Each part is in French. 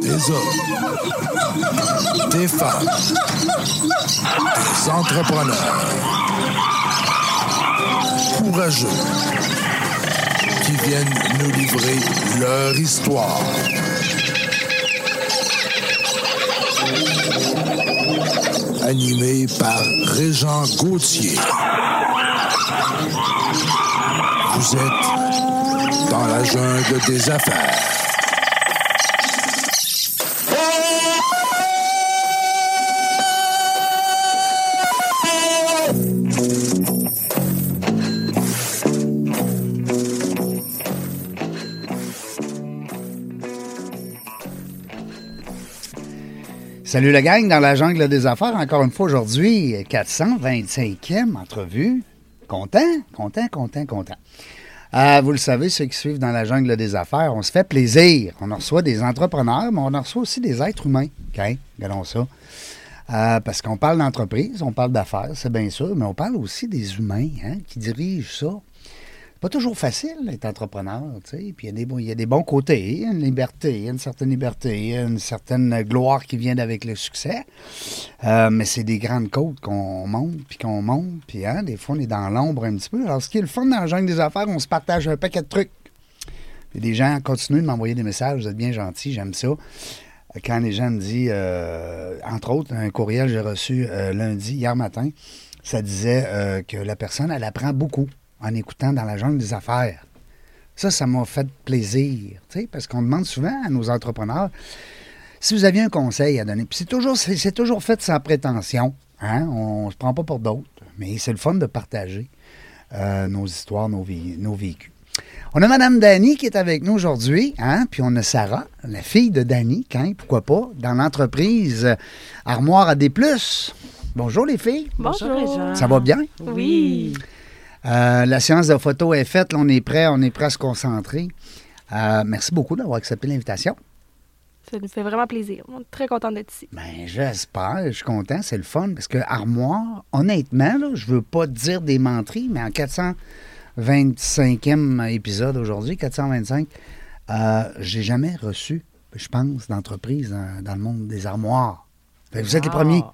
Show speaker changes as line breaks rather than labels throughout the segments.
des hommes, des femmes, des entrepreneurs courageux qui viennent nous livrer leur histoire. Animé par Régent Gauthier. Vous êtes dans la jungle des affaires.
Salut le gang dans la jungle des affaires. Encore une fois aujourd'hui, 425e entrevue. Content, content, content, content. Euh, vous le savez, ceux qui suivent dans la jungle des affaires, on se fait plaisir. On en reçoit des entrepreneurs, mais on en reçoit aussi des êtres humains. OK? Regardons ça. Euh, parce qu'on parle d'entreprise, on parle d'affaires, c'est bien sûr, mais on parle aussi des humains hein, qui dirigent ça pas toujours facile d'être entrepreneur, tu sais. Puis il y, a des bons- il y a des bons côtés, il y a une liberté, il y a une certaine liberté, il y a une certaine gloire qui vient avec le succès. Euh, mais c'est des grandes côtes qu'on monte, puis qu'on monte, puis hein, des fois on est dans l'ombre un petit peu. Alors ce qui est le fun dans la jungle des affaires, on se partage un paquet de trucs. Puis des gens continuent de m'envoyer des messages, vous êtes bien gentils, j'aime ça. Quand les gens me disent, euh, entre autres, un courriel que j'ai reçu euh, lundi, hier matin, ça disait euh, que la personne, elle apprend beaucoup en écoutant dans la jungle des affaires. Ça, ça m'a fait plaisir, tu sais, parce qu'on demande souvent à nos entrepreneurs si vous aviez un conseil à donner. Puis c'est toujours, c'est, c'est toujours fait sans prétention, hein? on ne se prend pas pour d'autres, mais c'est le fun de partager euh, nos histoires, nos, vi- nos vécus. On a Mme Dany qui est avec nous aujourd'hui, hein? puis on a Sarah, la fille de Dany, quand, pourquoi pas, dans l'entreprise euh, Armoire à des plus. Bonjour les filles,
Bonjour, les gens.
ça va bien?
Oui.
Euh, la séance de photo est faite. Là, on est prêt, on est prêt à se concentrer. Euh, merci beaucoup d'avoir accepté l'invitation.
Ça nous fait vraiment plaisir. On est très contents d'être ici.
Ben, j'espère, je suis content, c'est le fun, parce que Armoire, honnêtement, là, je veux pas dire des menteries, mais en 425e épisode aujourd'hui, 425, euh, j'ai jamais reçu, je pense, d'entreprise dans, dans le monde des armoires. Fait que vous êtes
Ah.
les
Wow.
premiers.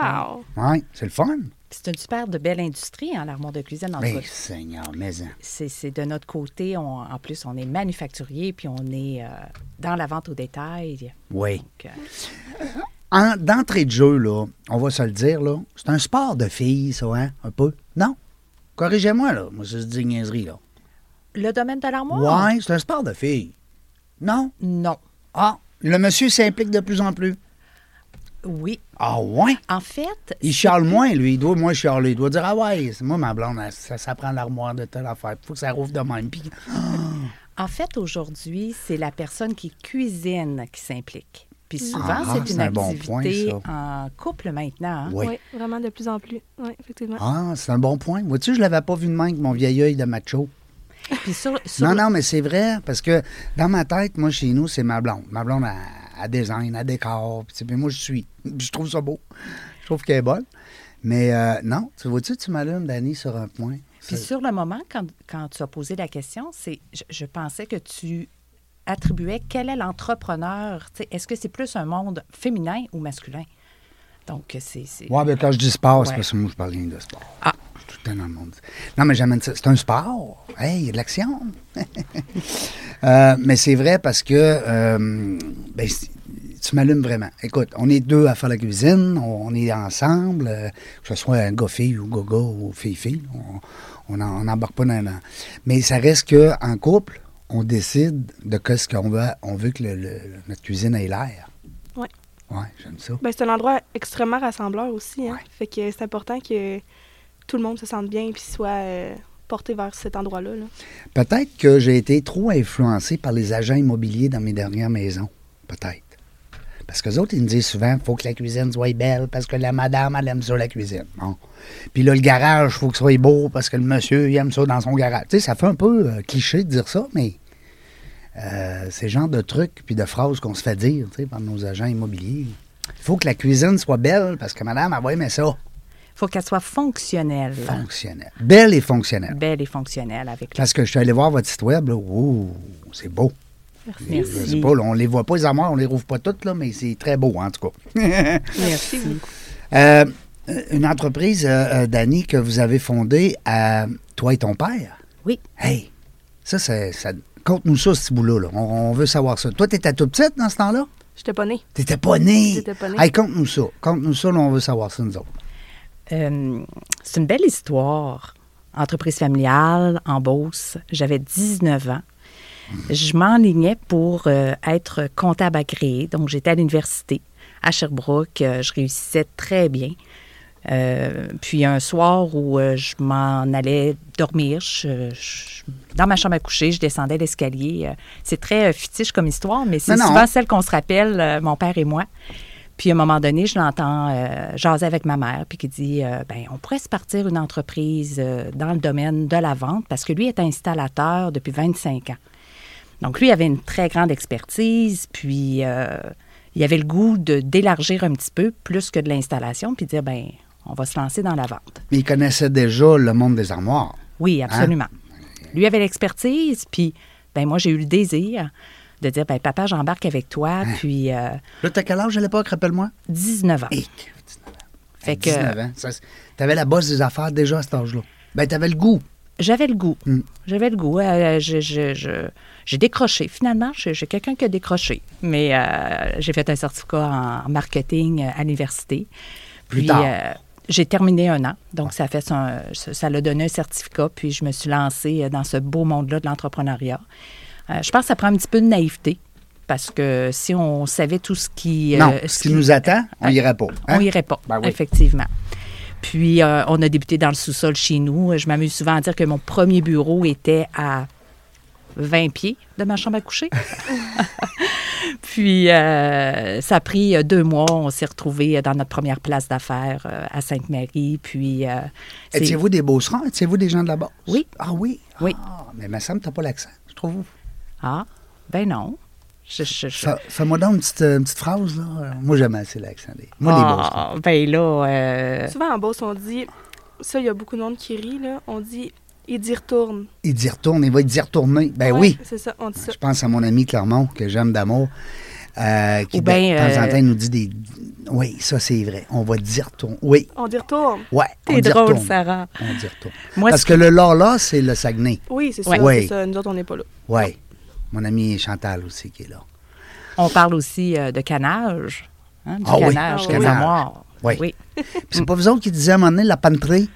Ah,
Wow.
Oui, c'est le fun.
C'est une super de belle industrie, hein, l'armoire de cuisine. En tout
Ben,
cas,
Seigneur, mais... hein.
c'est c'est de notre côté. on- en plus, on est manufacturier, puis on est euh, dans la vente au détail.
Oui.
Donc, euh,
En- d'entrée de jeu, là, on va se le dire, là, c'est un sport de filles, ça, hein? Un peu? Non? Corrigez-moi, là. Moi, ça, je dis niaiserie, là.
le domaine de l'armoire?
Ouais, c'est un sport de filles. Non?
Non.
Ah, le monsieur s'implique de plus en plus.
Oui.
Ah, ouais?
En fait,
Il chiale moins, lui. Il doit moins chialer. Il doit dire, ah ouais, c'est moi, ma blonde, elle, ça, ça prend l'armoire de telle affaire. Faut que ça rouvre de même. Puis,
en fait aujourd'hui, c'est la personne qui cuisine qui s'implique. Puis souvent,
Ah,
c'est
c'est
une
un bon point,
activité
ça.
en couple maintenant. hein.
Oui.
Oui, vraiment de plus en plus. Oui, effectivement.
Ah, c'est un bon point. Vois-tu, je l'avais pas vu de main avec mon vieil œil de macho.
Puis sur, sur-
Non, non, mais c'est vrai, parce que dans ma tête, moi, chez nous, c'est ma blonde. Ma blonde, elle, elle design, elle décore. puis tu sais, puis moi, je suis. Puis je trouve ça beau. Je trouve qu'elle est bonne. Mais euh, non, tu vois-tu, tu m'allumes, Dani, sur un point.
Puis
C'est-
sur le moment, quand, quand tu as posé la question, c'est je, je pensais que tu attribuais quel est l'entrepreneur. tu sais, Est-ce que c'est plus un monde féminin ou masculin? Donc, c'est. c'est-
Ouais, ben, quand je dis sport, c'est
Ouais.
parce que moi, je parle rien de sport.
Ah.
Je suis tout le temps dans le monde. Non, mais j'amène ça. C'est un sport. Hey, il y a de l'action. Euh, mais c'est vrai parce que euh, ben, c'est- tu m'allumes vraiment. Écoute, on est deux à faire la cuisine, on, on est ensemble, euh, que ce soit un gars-fille ou gars-gars ou fille-fille, on n'embarque pas dans un... Mais ça reste qu'en couple, on décide de qu'est-ce qu'on veut, on veut que le- le- notre cuisine ait l'air.
Ouais.
Ouais, j'aime ça.
Ben, c'est un endroit extrêmement rassembleur aussi. Hein?
Ouais.
Fait que c'est important que tout le monde se sente bien et soit euh, porté vers cet endroit-là. là.
Peut-être que j'ai été trop influencé par les agents immobiliers dans mes dernières maisons. Peut-être. Parce que autres, ils me disent souvent, faut que la cuisine soit belle parce que la madame, elle aime ça la cuisine. Bon. Puis là, le garage, faut que ce soit beau parce que le monsieur, il aime ça dans son garage. Tu sais, ça fait un peu euh, cliché de dire ça, mais euh, c'est le genre de trucs puis de phrases qu'on se fait dire, tu sais, par nos agents immobiliers. faut que la cuisine soit belle parce que madame, elle va aimer ça.
faut qu'elle soit fonctionnelle.
Fonctionnel. Belle et fonctionnelle.
Belle et fonctionnelle avec la-
Parce que je suis allé voir votre site web, là. Wow, c'est beau.
Merci.
Je sais pas, là, on les voit pas, les armoires, on les rouvre pas toutes, là, mais c'est très beau, en tout cas.
Merci.
Euh, une entreprise, euh, euh, Dani, que vous avez fondée à toi et ton père.
Oui.
Hey, ça, c'est- ça, conte-nous ça, ce petit bout-là. là. On, on veut savoir ça. Toi, t'étais toute petite dans ce temps-là?
J'étais pas née.
T'étais pas née.
J'étais pas née.
Hey, conte-nous ça. Conte-nous ça, là, on veut savoir ça, nous autres.
Euh, c'est une belle histoire. Entreprise familiale, en Beauce. J'avais 19 ans. Je m'enlignais pour euh, être comptable agréé. Donc, j'étais à l'université à Sherbrooke. Euh, je réussissais très bien. Euh, puis un soir où euh, je m'en allais dormir, je- je- dans ma chambre à coucher, je descendais l'escalier. Euh, C'est très euh, fétiche comme histoire, mais c'est
Non, non.
souvent celle qu'on se rappelle, euh, mon père et moi. Puis à un moment donné, je l'entends euh, jaser avec ma mère, puis qui dit euh, ben on pourrait se partir une entreprise euh, dans le domaine de la vente parce que lui est installateur depuis 25 ans. Donc, lui avait une très grande expertise, puis euh, il avait le goût de d'élargir un petit peu plus que de l'installation, puis dire, ben on va se lancer dans la vente.
Mais il connaissait déjà le monde des armoires.
Oui, absolument. Lui avait l'expertise, puis ben moi, j'ai eu le désir de dire, ben papa, j'embarque avec toi, puis euh,
Là, t'as quel âge à l'époque, rappelle-moi?
19 ans.
Hey,
Fait que
19 ans. Ça, c'est- T'avais la bosse des affaires déjà à cet âge-là. Ben, t'avais le goût.
j'avais le goût.
Hmm.
J'avais le goût. Euh, je- je- je- j'ai décroché. Finalement, j'ai j'ai quelqu'un qui a décroché. Mais euh, j'ai fait un certificat en marketing euh, à l'université.
Plus
Puis,
tard.
euh, j'ai terminé un an. Donc, ça a fait son- ça ça l'a donné un certificat. Puis, je me suis lancée euh, dans ce beau monde-là de l'entrepreneuriat. Euh, je pense que ça prend un petit peu de naïveté. Parce que si on savait tout ce qui... euh,
non, ce qui nous attend, on
Ouais.
irait pas. hein?
On irait pas,
Ben oui.
effectivement. Puis, euh, on a débuté dans le sous-sol chez nous. Je m'amuse souvent à dire que mon premier bureau était à 20 pieds de ma chambre à coucher. Puis, euh, ça a pris euh, deux mois. On s'est retrouvés euh, dans notre première place d'affaires euh, à Sainte-Marie. Puis, euh, c'est-
Étiez-vous des beaucerons? Étiez-vous des gens de la bosse?
Oui.
Ah oui?
Oui.
Ah, mais ma Sam, t'as pas l'accent, je trouve.
Ah, ben non. Je, je- je-
Fais- Fais-moi donc une petite, euh, une petite phrase, là. Euh, Moi, j'aime assez l'accent. des- Moi, les beaucerons.
Ah, ben là, euh,
Souvent en Beauce, on dit. Ça, il y a beaucoup de monde qui rit, là. On dit. Il dit retourne.
Il dit retourne, il va dire retourner. Ben
Ouais,
oui. Ah,
C'est ça, on dit ça.
Je pense à mon ami Clermont, que j'aime d'amour, euh, qui
Ou
de
ben,
temps en
euh,
temps nous dit des. Oui, ça, c'est vrai. On va dire retourne. Oui,
On dit retourne.
ouais. on
t'es
dit
drôle,
retourne.
Sarah.
On dit retourne.
Moi,
Parce
ce
que le Lala, c'est le Saguenay.
Oui, c'est ça,
Ouais.
Ouais.
c'est ça. Nous autres, on n'est pas là.
Oui. Mon ami Chantal aussi qui est là.
On parle aussi euh, de canage. hein, du
Ah oui,
canage,
du
des
canage.
armoires.
Oui. Puis c'est pas vous autres qui disiez à un moment donné la panterie,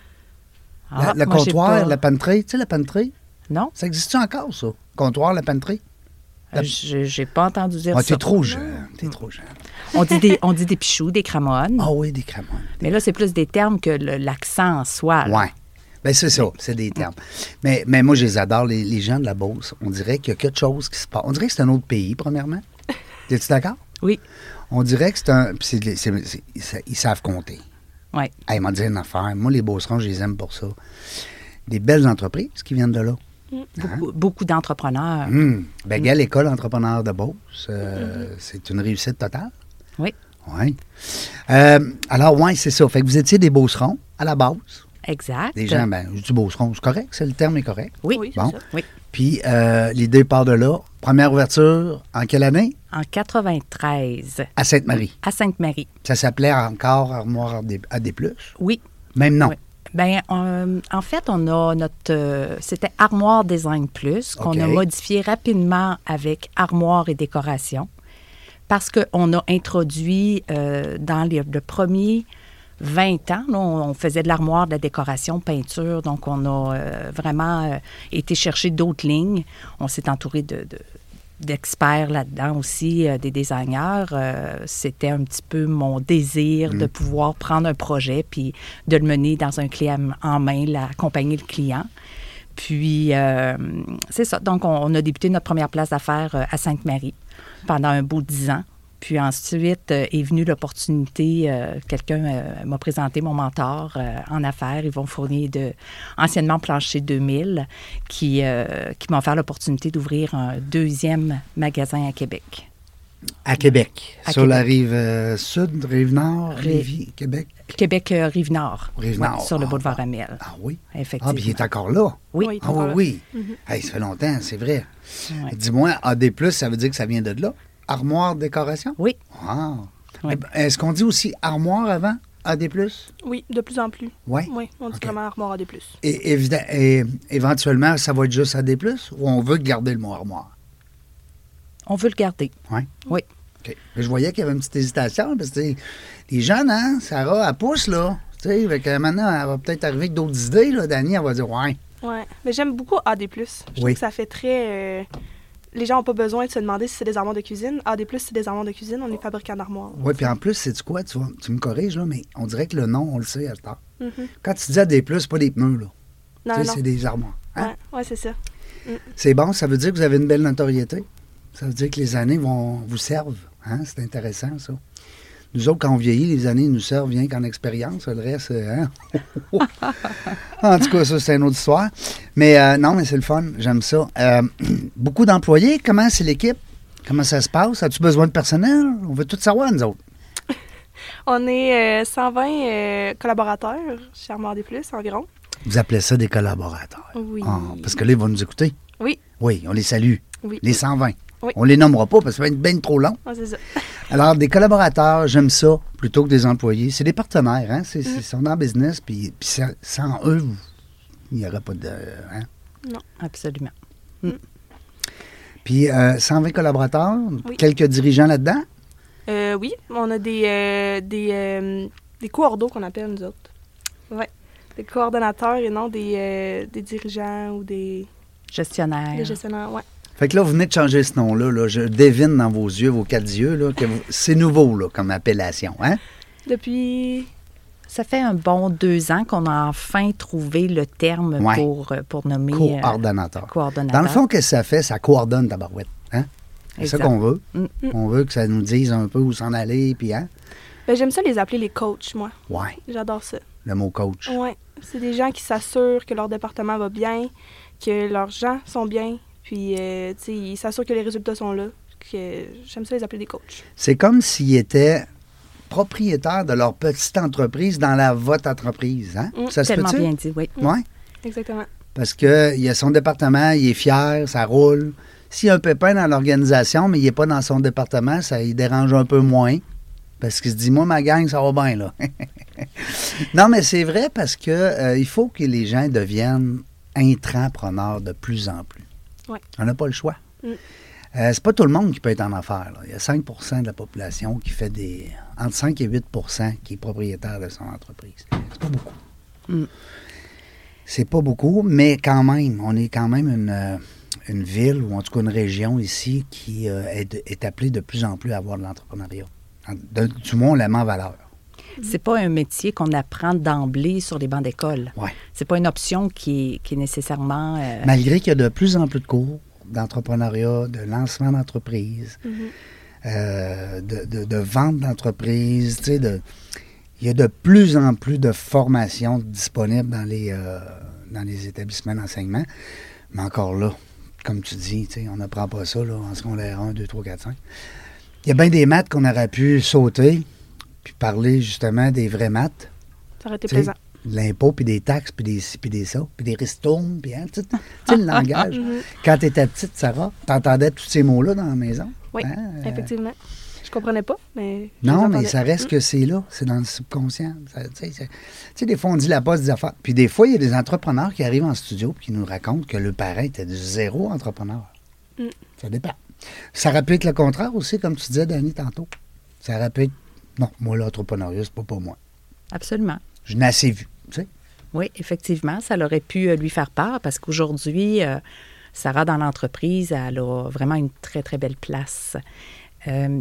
Ah,
le
moi, j'ai
comptoir,
pas-
la panterie. Tu sais, la panterie,
Non,
ça existe encore, ça? Comptoir, la panterie? La-
euh, j'ai j'ai pas entendu dire
Ah,
ça.
t'es
Mm.
trop jeune. T'es trop jeune.
On dit des, on dit des pichous, des cramones.
Ah oui, des cramoines.
Mais là, c'est plus des termes que le- l'accent en soi. là.
Ouais. Ben c'est ça, c'est
Mm.
des termes. Mais, mais moi, je les adore, les, les gens de la Beauce. On dirait qu'il y a quelque chose qui se passe. On dirait que c'est un autre pays, premièrement. Es-tu d'accord?
Oui,
On dirait que c'est un. puis c'est- c'est- c'est- ils sa- ils savent compter.
oui.
Hey, ils m'ont dit une affaire. Moi, les Beaucerons, je les aime pour ça. Des belles entreprises qui viennent de là. Hein?
Beaucoup, beaucoup d'entrepreneurs.
Hum. Ben, gars, l'école entrepreneur de Beauce, euh, c'est une réussite totale.
Oui,
Oui. Euh, alors, oui, c'est ça. Fait que vous étiez des Beaucerons à la base.
exact.
Des gens, ben, je dis Beaucerons, c'est correct, c'est le terme est correct.
Oui,
Oui, c'est
Bon.
ça.
oui.
Puis euh, l'idée part de là. Première ouverture, en quelle année?
En 93,
À Sainte-Marie.
à Sainte-Marie.
Ça s'appelait encore Armoire à des, à des plus.
Oui.
Même nom.
Oui. Ben, on- en fait, on a notre. euh, C'était Armoire Design Plus, qu'on
OK.
a modifié rapidement avec Armoire et Décoration, parce qu'on a introduit euh, dans les- le premier 20 ans, là, on, on faisait de l'armoire, de la décoration, peinture, donc on a euh, vraiment euh, été chercher d'autres lignes. On s'est entouré de. de- d'experts là-dedans aussi, euh, des designers. Euh, C'était un petit peu mon désir de pouvoir prendre un projet puis de le mener dans un clé en- en main, l'accompagner le client. Puis, euh, c'est ça. Donc, on, on a débuté notre première place d'affaires euh, à Sainte-Marie pendant un beau dix ans. Puis ensuite euh, est venue l'opportunité, euh, quelqu'un euh, m'a présenté mon mentor euh, en affaires, Yvon Fournier de anciennement Plancher 2000, qui, euh, qui m'a offert l'opportunité d'ouvrir un deuxième magasin à Québec.
À Québec.
À
sur
Québec.
la rive euh, sud, rive nord,
Rive-
rive Québec.
Québec-Rive-Nord.
Rive-Nord.
euh, sur le
Ah,
boulevard
ah,
Amel.
Ah oui.
Effectivement.
Ah, puis il est encore là.
Oui.
Oui. Il est
Ah
encore
oui,
là.
oui. Hey, ça fait longtemps, c'est vrai.
Ouais.
Dis-moi, AD, ça veut dire que ça vient de là? Armoire décoration?
Oui.
Wow.
Ouais.
Eh ben, Est-ce qu'on dit aussi armoire avant AD?
Oui, de plus en plus.
Ouais.
Oui, on dit
Ok.
vraiment armoire à des
Et, évida- et éventuellement, ça va être juste AD, ou on veut garder le mot armoire?
On veut le garder.
Ouais.
Oui.
OK. Mais je voyais qu'il y avait une petite hésitation, parce que tu sais, les jeunes, hein, Sarah, elle pousse, là. Tu sais, fait que maintenant, elle va peut-être arriver avec d'autres idées, là. Dani, elle va dire, ouais.
Ouais. Mais j'aime beaucoup AD. Je trouve
Oui.
que ça fait très. euh, Les gens n'ont pas besoin de se demander si c'est des armoires de cuisine. AD, c'est des armoires de cuisine. On les fabrique en armoire.
Oui, puis en plus, c'est quoi? Tu, vas- tu me corriges, là, mais on dirait que le nom, on le sait à ce temps.
Mhm.
Quand tu dis AD, c'est pas des pneus, là.
Non,
Tu sais,
non.
c'est des armoires. Hein?
Ouais, ouais, c'est ça.
C'est bon, ça veut dire que vous avez une belle notoriété. Ça veut dire que les années vont vous servent. Hein? C'est intéressant, ça. Nous autres, quand on vieillit, les années nous servent rien qu'en expérience. Le reste, euh, hein? en tout cas, ça, c'est une autre histoire. Mais euh, non, mais c'est le fun. J'aime ça. Euh, beaucoup d'employés. Comment c'est l'équipe? Comment ça se passe? As-tu besoin de personnel? On veut tout savoir, nous autres.
On est euh, 120 euh, collaborateurs chez Armoire des Plus environ.
Vous appelez ça des collaborateurs.
Oui.
Ah, parce que là, ils vont nous écouter.
Oui,
Oui, on les salue.
oui.
Les 120.
Oui.
On les nommera pas parce que ça va être bien trop long.
Ouais, c'est ça.
Alors, des collaborateurs, j'aime ça, plutôt que des employés. C'est des partenaires, hein?
Mm.
C'est, c'est, sont dans le business, puis, puis sans, sans eux, vous- il n'y aurait pas de... hein?
Absolument.
Puis, euh, 120 collaborateurs,
Oui.
quelques dirigeants là-dedans?
Euh, oui, on a des, euh, des, euh, des coordos qu'on appelle nous autres. Oui. Des coordonnateurs et non des, euh, des dirigeants ou des,
Gestionnaire.
des gestionnaires. Ouais.
Fait que là, vous venez de changer ce nom-là, là. Je devine dans vos yeux, vos quatre yeux, là, que vous- c'est nouveau, là, comme appellation, hein?
Depuis.
Ça fait un bon deux ans qu'on a enfin trouvé le terme
Ouais.
pour, euh, pour nommer euh,
Coordonnateur.
coordonnateur.
Dans le fond, qu'est-ce que ça fait? Ça coordonne ta barouette, hein? C'est
Exact.
ça qu'on veut.
Mm.
On veut que ça nous dise un peu où s'en aller, puis hein?
Ben, J'aime ça les appeler les coachs, moi.
Ouais,
J'adore ça.
le mot coach.
Oui. C'est des gens qui s'assurent que leur département va bien, que leurs gens sont bien, puis euh, tu sais, ils s'assurent que les résultats sont là. que J'aime ça les appeler des coachs.
C'est comme s'ils étaient propriétaires de leur petite entreprise dans la votre entreprise. Hein?
Mm,
ça se
Mmh, Tellement
peut-tu?
bien dit, oui.
Oui,
Exactement.
parce qu'il y a son département, il est fier, ça roule. S'il y a un pépin dans l'organisation, mais il n'est pas dans son département, ça il dérange un peu moins. Parce qu'il se dit, moi, ma gang, ça va bien, là. non, mais c'est vrai parce que euh, il faut que les gens deviennent intrapreneurs de plus en plus.
Ouais.
On n'a pas le choix.
Mm.
Euh, c'est pas tout le monde qui peut être en affaires. là. Il y a 5 de la population qui fait des. entre 5 et 8 qui est propriétaire de son entreprise. C'est pas beaucoup.
Mm.
C'est pas beaucoup, mais quand même, on est quand même une, euh, une ville, ou en tout cas une région ici, qui euh, est, de- est appelée de plus en plus à avoir de l'entrepreneuriat. En- de- Du moins, on la met en valeur.
C'est pas un métier qu'on apprend d'emblée sur les bancs d'école.
Ouais.
C'est pas une option qui est, qui est nécessairement. euh,
Malgré qu'il y a de plus en plus de cours d'entrepreneuriat, de lancement d'entreprise,
Mhm.
euh, de, de- de vente d'entreprise, tu sais, de- il y a de plus en plus de formations disponibles dans les, euh, dans les établissements d'enseignement. Mais encore là, comme tu dis, tu sais, on n'apprend pas ça là, en secondaire 1, 2, 3, 4, 5. Il y a bien des maths qu'on aurait pu sauter, puis parler justement des vraies maths
Ça aurait été
tu sais,
plaisant.
de l'impôt, puis des taxes, puis des ci, puis des ça, puis des ristournes, puis hein, tu sais, tu sais, le langage.
Mhm.
Quand tu étais petite, Sarah, t'entendais tous ces mots-là dans la maison?
Oui,
Hein, euh,
effectivement. Je comprenais pas, mais. je Hum. les
Non, mais
entendais.
ça reste que c'est là, c'est dans le subconscient. Ça, Tu sais, c'est- tu sais, des fois, on dit la base des affaires. Puis des fois, il y a des entrepreneurs qui arrivent en studio puis qui nous racontent que le parent était de zéro entrepreneur.
Mm.
Ça dépend. Ça aurait pu être le contraire aussi, comme tu disais, Dani, tantôt. Ça aurait pu être, non, moi, l'entrepreneuriat, c'est pas pour moi.
Absolument.
Je n'ai assez vu, tu sais.
Oui, effectivement, ça aurait pu euh, lui faire part parce qu'aujourd'hui, euh, Sarah, dans l'entreprise, elle a vraiment une très, très belle place. Euh,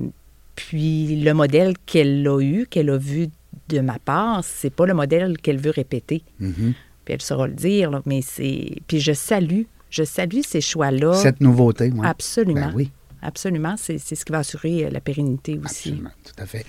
puis le modèle qu'elle a eu, qu'elle a vu de ma part, c'est pas le modèle qu'elle veut répéter.
Mhm.
Puis elle saura le dire, là, mais c'est. Puis je salue, je salue ces choix-là.
Oh.
Cette nouveauté, moi.
Absolument.
Ben oui.
absolument. C'est c'est ce qui va assurer euh, la pérennité aussi.
Absolument, tout à fait.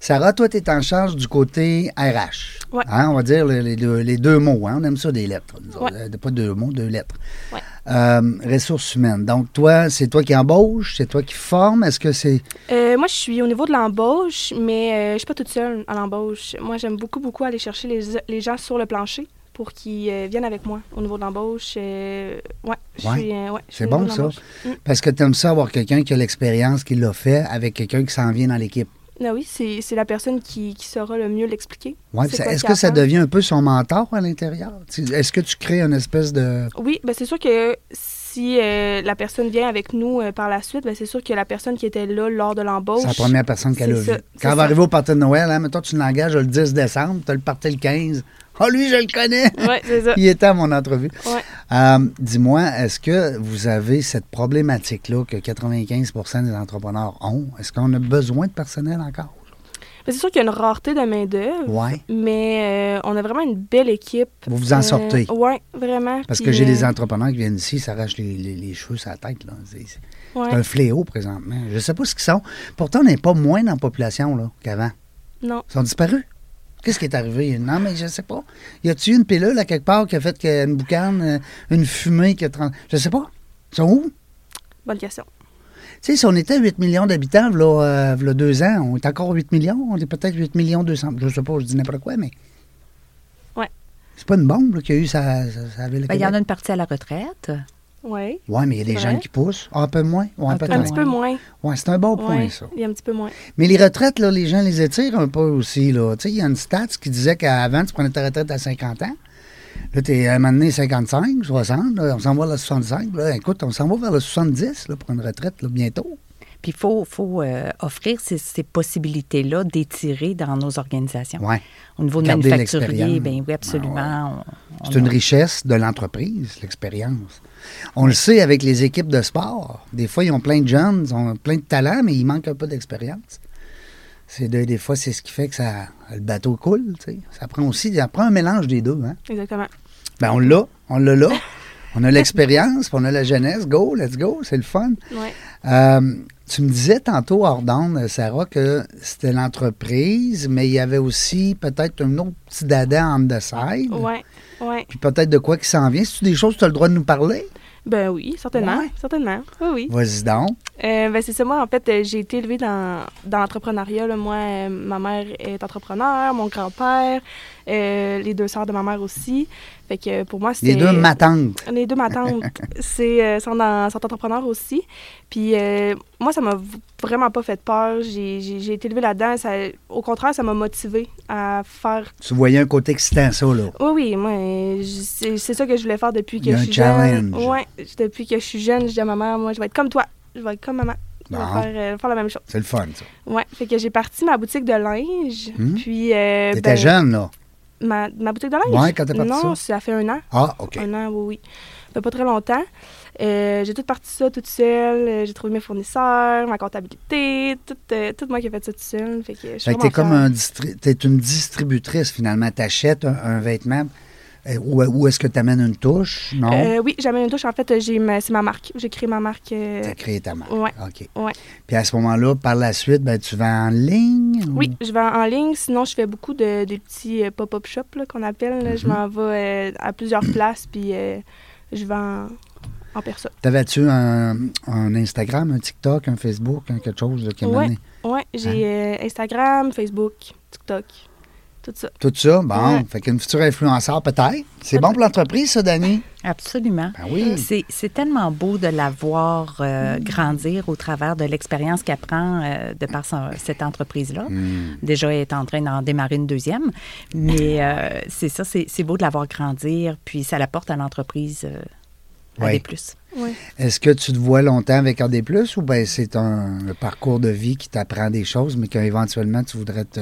Sarah, toi, tu es en charge du côté RH.
Ouais.
Hein, on va dire les, les deux, les deux mots. hein, on aime ça des lettres. nous autres.
Ouais.
Euh, Pas deux mots, deux lettres.
Ouais.
Euh, ressources humaines. Donc, toi, c'est toi qui embauches, c'est toi qui formes. Est-ce que c'est.
Euh, moi, je suis au niveau de l'embauche, mais euh, je suis pas toute seule à l'embauche. Moi, j'aime beaucoup, beaucoup aller chercher les, les gens sur le plancher pour qu'ils euh, viennent avec moi au niveau de l'embauche. Euh, ouais, je
Ouais.
suis, euh, ouais, je suis
C'est
au niveau
bon,
de
ça?
l'embauche.
Parce que tu aimes ça avoir quelqu'un qui a l'expérience, qui l'a fait, avec quelqu'un qui s'en vient dans l'équipe.
Ah oui, c'est c'est la personne qui, qui saura le mieux l'expliquer.
Ouais,
C'est
ça-
quoi
Est-ce
qu'il y a
que ça
à faire.
devient un peu son mentor à l'intérieur? Tu- Est-ce que tu crées une espèce de.
Oui, ben c'est sûr que si euh, la personne vient avec nous euh, par la suite, ben c'est sûr que la personne qui était là lors de l'embauche.
C'est la première personne qu'elle a
c'est
vue.
ça,
Quand
c'est
on va
ça.
arriver au party de Noël, hein, mettons, tu l'engages le 10 décembre, tu as le party le 15. Ah, lui, je le connais!
Ouais, c'est ça.
Il était à mon entrevue.
Ouais.
Euh, Dis-moi, est-ce que vous avez cette problématique-là que 95 des entrepreneurs ont? Est-ce qu'on a besoin de personnel encore?
Ben, c'est sûr qu'il y a une rareté de main-d'œuvre.
Oui.
Mais euh, on a vraiment une belle équipe.
Vous vous en sortez.
oui, vraiment.
Parce que
Puis,
j'ai
euh,
des entrepreneurs qui viennent ici, ils s'arrachent les, les- les cheveux sur la tête. là. C'est c'est
euh, ouais.
un fléau présentement. Je ne sais pas ce qu'ils sont. Pourtant, on n'est pas moins dans la population là, qu'avant.
Non.
Ils sont disparus. Qu'est-ce qui est arrivé? Non, mais je sais pas. Y a-tu une pilule à quelque part qui a fait qu'il y a une boucane, euh, une fumée qui a... trans- Je sais pas. Ils sont où?
Bonne question.
Tu sais, si on était à 8 millions d'habitants, v'là, euh, v'là deux ans, on est encore 8 millions, on est peut-être 8 millions 200. Je sais pas, je dis n'importe quoi, mais.
Ouais.
C'est pas une bombe là, qu'il y a eu, ça, ça, ça avait le
Ben, il y en
Québec.
a une partie à la retraite.
Oui.
Ouais, mais il y a des
C'est
gens
vrai.
qui poussent. Ah, un peu moins. Ouais,
Un peu
Un
peut-être.
petit peu moins.
Ouais, c'est un bon point,
Ouais,
ça.
Il y a un petit peu moins.
Mais les retraites, là, les gens les étirent un peu aussi. Là. Tu sais, Il y a une stat qui disait qu'avant, tu prenais ta retraite à 50 ans. Là, tu es à un moment donné 55, 60. là, on s'en va vers le 65. Là, écoute, on s'en va vers le 70 là, pour une retraite là, bientôt.
Puis il faut, faut euh, offrir ces, ces possibilités-là d'étirer dans nos organisations.
Ouais.
Au niveau de
Garder
manufacturier,
l'expérience. Ah
ben oui, absolument. on-
C'est
on
une
a-
richesse de l'entreprise, l'expérience. On le sait avec les équipes de sport. Des fois, ils ont plein de jeunes, ils ont plein de talents, mais ils manquent un peu d'expérience. C'est de- des fois, c'est ce qui fait que ça, le bateau coule. tu sais. Ça prend aussi ça prend un mélange des deux. Hein?
Exactement.
Ben, on l'a, on l'a là. On a l'expérience, puis on a la jeunesse. Go, let's go, c'est le fun.
Oui.
Euh, tu me disais tantôt, hors d'onde, Sarah, que c'était l'entreprise, mais il y avait aussi peut-être un autre petit dada on the side.
Oui. Oui.
Puis peut-être de quoi qui s'en vient. C'est-tu des choses que tu as le droit de nous parler?
Ben oui, certainement.
Ouais.
Certainement. Oui, oui.
Vas-y donc.
Euh, ben c'est ça, moi, en fait, euh, j'ai été élevée dans, dans l'entrepreneuriat. là. Moi, euh, ma mère est entrepreneur, mon grand-père, euh, les deux sœurs de ma mère aussi. Fait que euh, pour moi, c'était...
Les deux m'attendent.
Les deux, ma tante, c'est, euh, sont, dans, sont entrepreneurs aussi. Puis euh, moi, ça m'a v- vraiment pas fait peur. J'ai, j'ai- j'ai été élevée là-dedans. Ça, au contraire, ça m'a motivée à faire...
Tu voyais un côté excitant, ça, là.
Oui, oui, moi, euh, je- c'est, c'est ça que je voulais faire depuis que
Il y a
je
un
suis
challenge.
jeune. Ouais, depuis que je suis jeune, je dis à ma mère, moi, je vais être comme toi. Je vais être comme maman. Je vais
Bon.
faire, euh, faire la même chose.
C'est le fun, ça.
Ouais, fait que j'ai parti ma boutique de linge.
Hmm.
Puis. euh,
T'étais
ben,
jeune, là.
Ma, ma boutique de linge?
Ouais, quand t'as parti
Non, ça fait un an.
Ah, OK.
Un an, oui, oui. Ça fait pas très longtemps. Euh, j'ai tout parti ça toute seule. Euh, J'ai trouvé mes fournisseurs, ma comptabilité, tout, euh, tout moi qui ai fait ça toute seule. Fait que je suis
Fait que t'es
vraiment
comme
fière.
un distri- t'es une distributrice, finalement. T'achètes un, un vêtement. euh, Où, où est-ce que t'amènes une touche? Non?
Euh, oui, j'amène une touche. En fait, j'ai ma- c'est ma marque. J'ai créé ma marque. euh,
T'as créé ta marque.
ouais,
OK.
ouais.
Puis à ce moment-là, par la suite, ben, tu vends en ligne? ou-
Oui, je vais en ligne. Sinon, je fais beaucoup de, des petits euh, pop-up shops là, qu'on appelle. là.
Mhm.
Je m'en vais euh, à plusieurs places, puis euh, je vais en, en personne.
T'avais-tu un, un Instagram, un TikTok, un Facebook, un quelque chose? Là, qui est
Ouais.
mené?
Oui, j'ai
Hein?
euh, Instagram, Facebook, TikTok, tout ça.
Tout ça, bon.
Ouais.
Fait qu'une future influenceur, peut-être. C'est bon pour l'entreprise, ça, Dani?
Absolument.
Ben oui.
C'est- C'est tellement beau de la voir euh, grandir au travers de l'expérience qu'elle prend euh, de par son- cette entreprise-là.
Mm.
Déjà, elle est en train d'en démarrer une deuxième. Mais euh, c'est ça, c'est c'est beau de la voir grandir. Puis ça l'apporte à l'entreprise euh, à
Ouais.
des plus.
Ouais.
Est-ce que tu te vois longtemps avec AD+, ou bien c'est un, un parcours de vie qui t'apprend des choses, mais qu'éventuellement, tu voudrais te...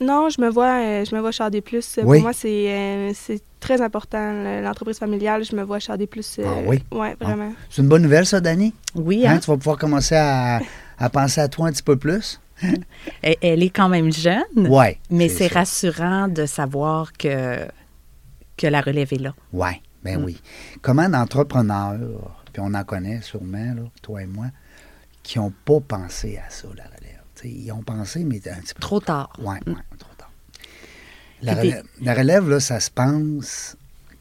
Non, je me vois, euh, je me vois Chardé Plus. Euh,
Oui.
Pour moi, c'est euh, c'est très important. le- L'entreprise familiale, je me vois Chardé Plus. euh,
Ah oui?
Ouais, vraiment.
C'est une bonne nouvelle, ça, Dani?
Oui, hein?
Hein, Tu vas pouvoir commencer à, à penser à toi un petit peu plus?
elle, elle est quand même jeune.
Ouais.
Mais c'est
ça.
rassurant de savoir que, que la relève est là.
Ouais,
Hmm.
ben oui. Comment d'entrepreneurs, puis on en connaît sûrement, là, toi et moi, qui n'ont pas pensé à ça, la relève. T'sais, ils ont pensé, mais un petit peu.
Trop tard.
Ouais, ouais, trop tard. La
Puis des-
relève, la relève, là, ça se pense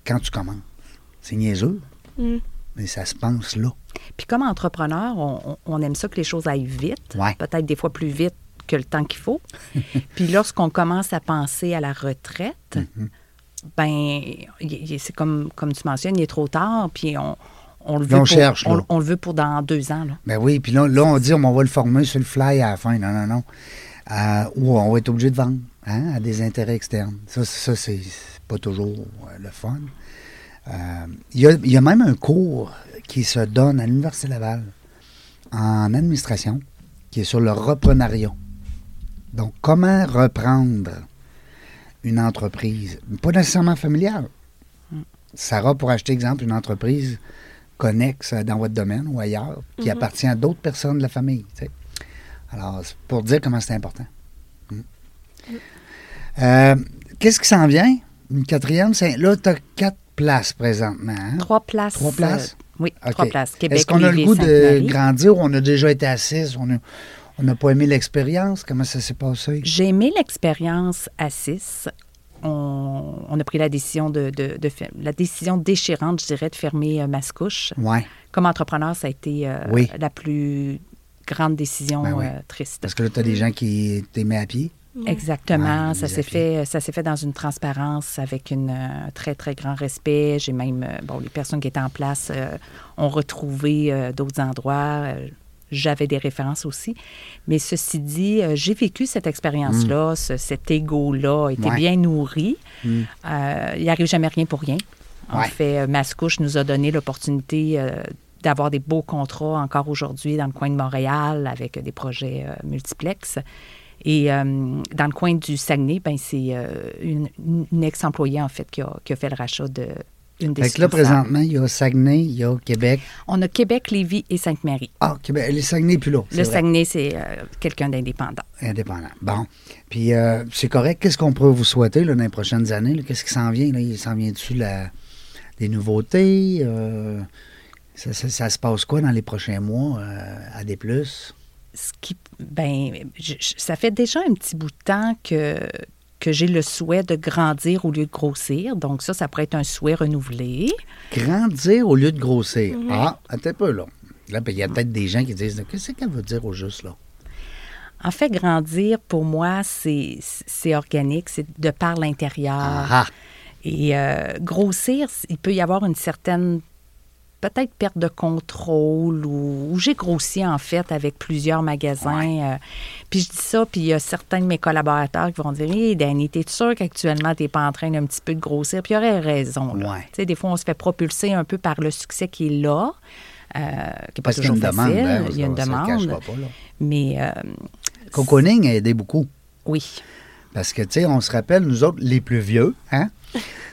quand tu commences. C'est niaiseux,
Mm.
mais ça se pense là.
Puis comme entrepreneur, on, on- on aime ça que les choses aillent vite,
Ouais.
peut-être des fois plus vite que le temps qu'il faut. Puis lorsqu'on commence à penser à la retraite,
Mm-hmm.
ben il- il- c'est comme, comme tu mentionnes, il est trop tard, puis on, on le veut
on
pour,
cherche, là.
on, on le veut pour dans deux ans. là.
Ben oui, puis là, là, on dit on va le former sur le fly à la fin. Non, non, non. Euh, ou on va être obligé de vendre hein, à des intérêts externes. Ça, c'est- ça c'est c'est pas toujours euh, le fun. Euh, Il y, a, il y a même un cours qui se donne à l'Université Laval en administration qui est sur le reprenariat. Donc, comment reprendre une entreprise, pas nécessairement familiale. Sarah, pour acheter exemple, une entreprise connexe euh, dans votre domaine ou ailleurs, qui appartient à d'autres personnes de la famille. tu sais. Alors, c'est pour dire comment c'est important. Mm. Euh, Qu'est-ce qui s'en vient? Une quatrième, c'est là, tu as quatre places présentement. hein?
Trois places.
Trois places?
euh, oui,
OK.
trois places. Québec,
Est-ce qu'on a le
Lévis,
goût de
Sainte-Marie.
grandir ou on a déjà été assis? On a- on n'a pas aimé l'expérience? Comment ça s'est passé?
J'ai aimé l'expérience à 6. On, on a pris la décision de, de- de fer- la décision déchirante, je dirais, de fermer euh, Mascouche.
Ouais.
Comme entrepreneur, ça a été euh,
Oui.
la plus grande décision
Ben oui.
euh, triste.
Parce que là, tu as des gens qui t'aimaient à pied.
Exactement,
Ouais,
ça
les
s'est
appuis.
fait, euh, ça s'est fait dans une transparence avec une, euh, un très très grand respect. J'ai même, euh, bon, les personnes qui étaient en place euh, ont retrouvé euh, d'autres endroits. Euh, J'avais des références aussi, mais ceci dit, euh, j'ai vécu cette expérience-là, ce- cet ego-là a été
Mm. Ouais. Mm.
bien nourri. Euh, il n'arrive jamais rien pour rien. En
Ouais.
fait, euh, Mascouche nous a donné l'opportunité euh, d'avoir des beaux contrats encore aujourd'hui dans le coin de Montréal avec euh, des projets euh, multiplex. Et euh, dans le coin du Saguenay, ben, c'est euh, une, une ex-employée, en fait, qui a, qui a fait le rachat de une des
Fait que là,
succursales.
présentement, il y a Saguenay, il y a Québec.
On a Québec, Lévis et Sainte-Marie.
Ah, Québec, le Saguenay est plus là. c'est
Le
vrai.
Saguenay, c'est euh, quelqu'un d'indépendant.
Indépendant. Bon. Puis, euh, c'est correct. Qu'est-ce qu'on pourrait vous souhaiter là, dans les prochaines années? là? Qu'est-ce qui s'en vient? Là? Il s'en vient-tu la... des nouveautés? Euh, Ça, ça- ça se passe quoi dans les prochains mois euh, à des plus?
ce qui, ben, je- je- ça fait déjà un petit bout de temps que, que j'ai le souhait de grandir au lieu de grossir. Donc ça, ça pourrait être un souhait renouvelé.
Grandir au lieu de grossir. Ah, attends un peu, là. Là, ben, il y a peut-être des gens qui disent Qu'est-ce qu'elle veut dire au juste, là?
En fait, grandir, pour moi, c'est c'est organique, c'est de par l'intérieur.
Ah,
Et euh, grossir, c- il peut y avoir une certaine peut-être perte de contrôle ou, ou j'ai grossi en fait avec plusieurs magasins. euh, puis je dis ça, puis il y a certains de mes collaborateurs qui vont dire Hey Danny, t'es sûr qu'actuellement t'es pas en train d'un petit peu de grossir? Puis il y aurait raison. là.
Ouais.
Tu sais, Des fois, on se fait propulser un peu par le succès qui est là. euh, qui est pas
Parce qu'il y a
toujours
une demande.
facile.
hein,
il y a une
on se le
demande.
cachera pas, là.
Mais euh,
Cocooning a aidé beaucoup.
oui.
Parce que, tu sais, on se rappelle, nous autres, les plus vieux, hein?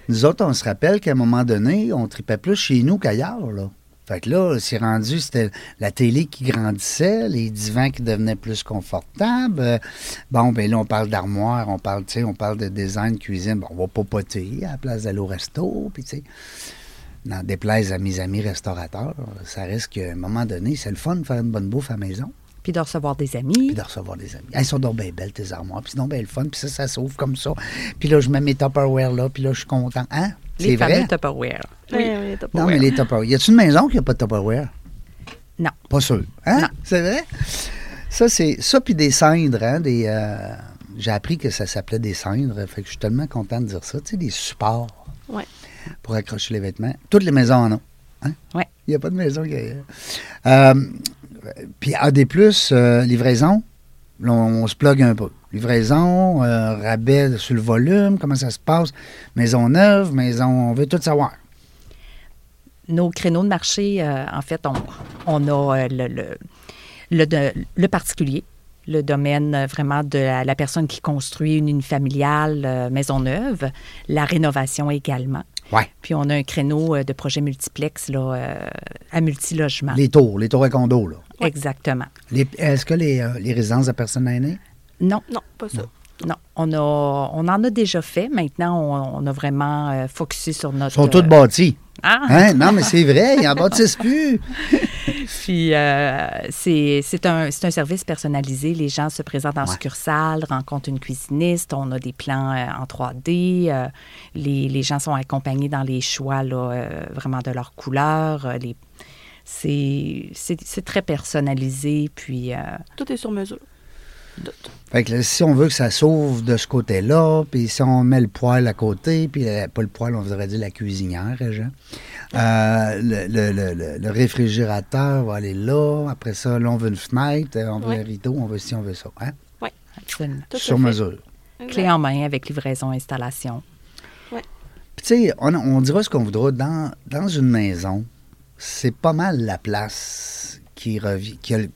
nous autres, on se rappelle qu'à un moment donné, on tripait plus chez nous qu'ailleurs, là. Fait que là, c'est rendu, c'était la télé qui grandissait, les divans qui devenaient plus confortables. Euh, Bon, ben là, on parle d'armoire, on parle, tu sais, on parle de design, cuisine. Bon, on va popoter à la place d'aller au resto, puis tu sais, n'en déplaise à mes amis restaurateurs, ça risque qu'à un moment donné, c'est le fun de faire une bonne bouffe à la maison
Puis de recevoir des amis.
puis de recevoir des amis. Elles sont donc bien belles, tes armoires, puis c'est donc bien le fun, puis ça, ça s'ouvre comme ça. Puis là, je mets mes Tupperware là, puis là, je suis content. Hein? C'est
les
vrai?
fameux Tupperware.
Oui, oui, t'as pas
Non,
peur.
mais les Tupperware. Y a-tu une maison qui n'a pas de Tupperware?
Non.
Pas sûr. Hein?
Non.
C'est vrai? Ça, c'est ça, puis des cendres, hein? Des, euh, J'ai appris que ça s'appelait des cendres, fait que je suis tellement content de dire ça. Tu sais, des supports
Ouais.
pour accrocher les vêtements. Toutes les maisons en ont. Hein?
Ouais.
Il n'y a pas de maison qui a- Euh, puis AD, euh, livraison, là, on, on se plug un peu. Livraison, euh, rabais sur le volume, comment ça se passe. Maison neuve, maison, on veut tout savoir.
nos créneaux de marché, euh, en fait, on, on a euh, le, le, le de- le particulier, le domaine euh, vraiment de la, la personne qui construit une unifamiliale familiale maison neuve, la rénovation également.
Ouais.
Puis on a un créneau euh, de projet multiplex là, euh, à
Ah.
multilogement.
Les tours, les tours à condos, là.
Exactement.
Les- Est-ce que les, euh, les résidences de personnes aînées?
Non,
Non, pas ça.
non. On, a, on en a déjà fait. Maintenant, on, on a vraiment euh, focusé sur notre...
sont toutes
euh,
bâties.
Ah!
Hein? Non, mais c'est vrai, ils n'en bâtissent plus.
Puis euh, c'est c'est un, c'est un service personnalisé. Les gens se présentent en
Ouais.
succursale, rencontrent une cuisiniste, on a des plans euh, en 3D. euh, les, les gens sont accompagnés dans les choix là, euh, vraiment de leurs couleurs. euh, les- c'est- C'est c'est très personnalisé. Puis euh,
Tout est sur mesure. Tout.
Fait que là, si on veut que ça s'ouvre de ce côté-là, puis si on met le poêle à côté, puis euh, pas le poêle, on voudrait dire la cuisinière, hein, Jean. Euh, le, le- le- le- le réfrigérateur va aller là. Après ça, là, on veut une fenêtre, euh, on veut
Ouais.
un rideau, on veut ci, on veut ça. Hein?
absolument.
Tout
Sur
est fait.
mesure.
Exact.
Clé en main avec livraison, installation.
Puis, tu sais, on, on dira ce qu'on voudra. Dans, dans une maison, c'est pas mal la place qui revient. qui a le-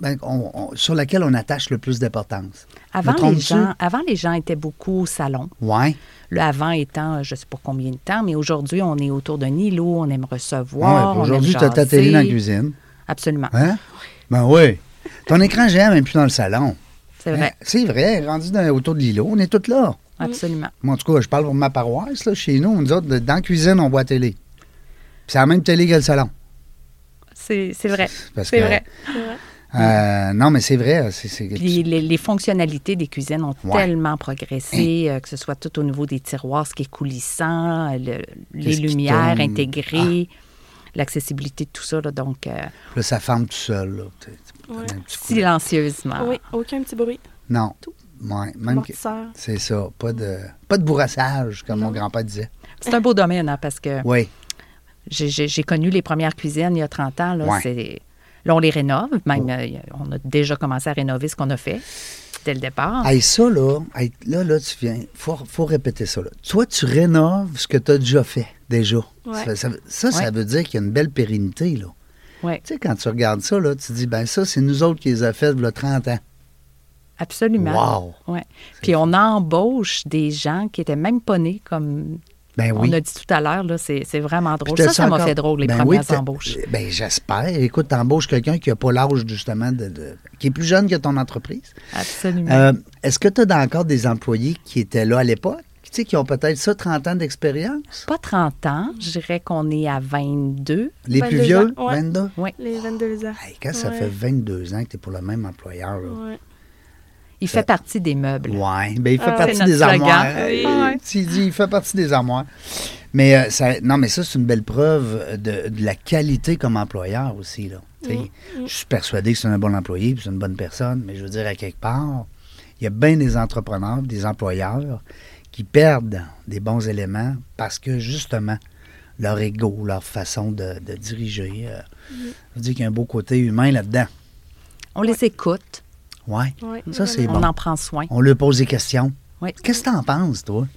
ben, on- on- sur laquelle on attache le plus d'importance.
Avant les,
trompe-tu?
gens, avant, les gens étaient beaucoup au salon.
Ouais.
Le avant étant, euh, je ne sais pas combien de temps, mais aujourd'hui, on est autour d'un îlot, on aime
Ouais,
recevoir.
puis
on
Aujourd'hui,
aime
tu as ta télé dans la
jaser.
cuisine.
Absolument.
Hein? Ben oui. Ton écran géant, même plus dans le salon.
C'est vrai,
Hein? C'est vrai, rendu dans- autour de l'îlot, on est tous là.
absolument.
Moi, en tout cas, je parle pour ma paroisse. Là, chez nous, nous autres, dans la cuisine, on voit la télé. Puis c'est la même télé que le salon.
C'est c'est vrai.
Parce
C'est
que-
vrai.
Euh, non, mais c'est vrai. C'est, c'est-
Puis les, les fonctionnalités des cuisines ont
Ouais. Hein.
tellement progressé, euh, que ce soit tout au niveau des tiroirs, ce qui est coulissant, euh, le- les
Qu'est-ce qui Ah.
lumières
tombe?
intégrées, l'accessibilité de tout ça. là. donc, euh,
Là, ça ferme tout seul. Là. T'es- t'es-
Ouais.
t'as un petit coup.
silencieusement.
Oui, aucun petit bruit.
Non.
Tout.
Ouais, même que-
Amortisseur.
c'est ça. Pas de, pas de bourrassage, comme mon grand-père disait.
C'est un beau domaine, hein, parce que
Oui.
j'ai- j'ai j'ai connu les premières cuisines il y a 30 ans. Là,
Ouais.
c'est- là, on les rénove. Même, euh, on a déjà commencé à rénover ce qu'on a fait dès le départ.
Hey, ça, là, hey, là, là, tu viens. Faut, faut répéter ça. Là. Toi, tu rénoves ce que tu as déjà fait, déjà.
Ouais.
Ça, ça, ça, ça
Ouais.
veut dire qu'il y a une belle pérennité, là.
Oui,
Tu sais, quand tu regardes ça, là, tu dis, ben ça, c'est nous autres qui les a faites, là, 30 ans.
absolument.
Wow!
Ouais. Puis on embauche des gens qui étaient même pas nés comme
Ben oui.
On a dit tout à l'heure, là, c'est c'est vraiment drôle.
Puis
Ça,
t'as
ça m'a
encore-
fait drôle, les
Ben oui,
premières
t'as-
embauches.
Ben j'espère. Écoute, t'embauches quelqu'un qui n'a pas l'âge, justement, de, de- qui est plus jeune que ton entreprise.
Absolument.
Euh, Est-ce que tu as encore des employés qui étaient là à l'époque, tu sais, qui ont peut-être ça, 30 ans d'expérience?
Pas 30 ans, je dirais qu'on est à 22.
Les plus
22
vieux?
Ben, ans, ouais.
22?
Les 22 ans.
Hey, quand ça
Ouais.
fait 22 ans que tu es pour le même employeur, là.
Ouais.
Il fait partie des meubles.
Ouais, ben il fait
Ah,
partie
c'est
des
notre slogan.
armoires.
Oui.
Euh, Tu dis, il fait partie des armoires. Mais euh, ça, non, mais ça c'est une belle preuve de, de la qualité comme employeur aussi là. Tu sais, Je suis persuadé que c'est un bon employé, puis c'est une bonne personne, mais je veux dire à quelque part, il y a bien des entrepreneurs, des employeurs qui perdent des bons éléments parce que justement leur ego, leur façon de, de diriger, euh, je veux dire qu'il y a un beau côté humain là-dedans.
On les écoute,
Ouais.
Ouais,
Ça, c'est
vraiment.
on
bon.
en prend soin.
On leur pose des questions.
Oui.
Qu'est-ce que t'en penses, toi?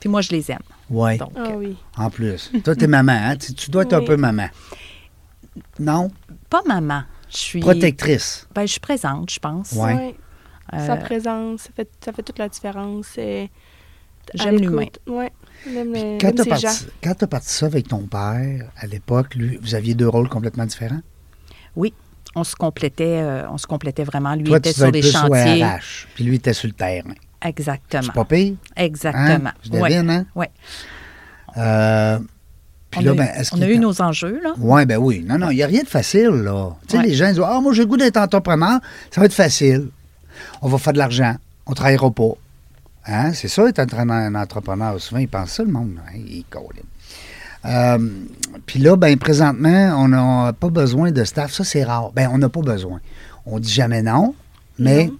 Puis moi, je les aime.
Ouais.
Donc,
Ah oui.
En plus. Toi, t'es maman, hein? Tu, tu dois être un
Oui.
peu maman. Non?
pas maman. Je suis,
Protectrice.
ben, je suis présente, je pense.
Ouais.
Euh,
Sa présence, ça fait, ça fait toute la différence. et à
J'aime
l'écoute.
l'humain.
Ouais. Même,
Puis
euh,
Quand
même
t'as
ses
parti,
gens.
quand t'as parti ça avec ton père, à l'époque, lui, vous aviez deux rôles complètement différents?
Oui, on se complétait, euh, on se complétait vraiment. Lui
Toi,
était
tu
sur
devais
des
être plus au
chantiers.
RH, puis lui était sur le terrain.
Exactement.
C'est pas pire?
Exactement.
Hein? Je devine, hein?
Ouais.
Euh, puis
on
là,
a, eu-
ben, est-ce
on
qu'il
a eu
t'a-
nos enjeux, là.
Oui, ben oui. Non, non, il n'y a rien de facile, là. Tu sais,
Ouais.
les gens ils disent Ah, moi, j'ai le goût d'être entrepreneur, ça va être facile. On va faire de l'argent, on ne travaillera pas. Hein? C'est ça, être entraîneur- un entrepreneur. Souvent, ils pensent ça, le monde. hein? Ils collent. Euh, Puis là, ben présentement, on n'a pas besoin de staff. Ça, c'est rare. Ben, on n'a pas besoin. On dit jamais non, mais,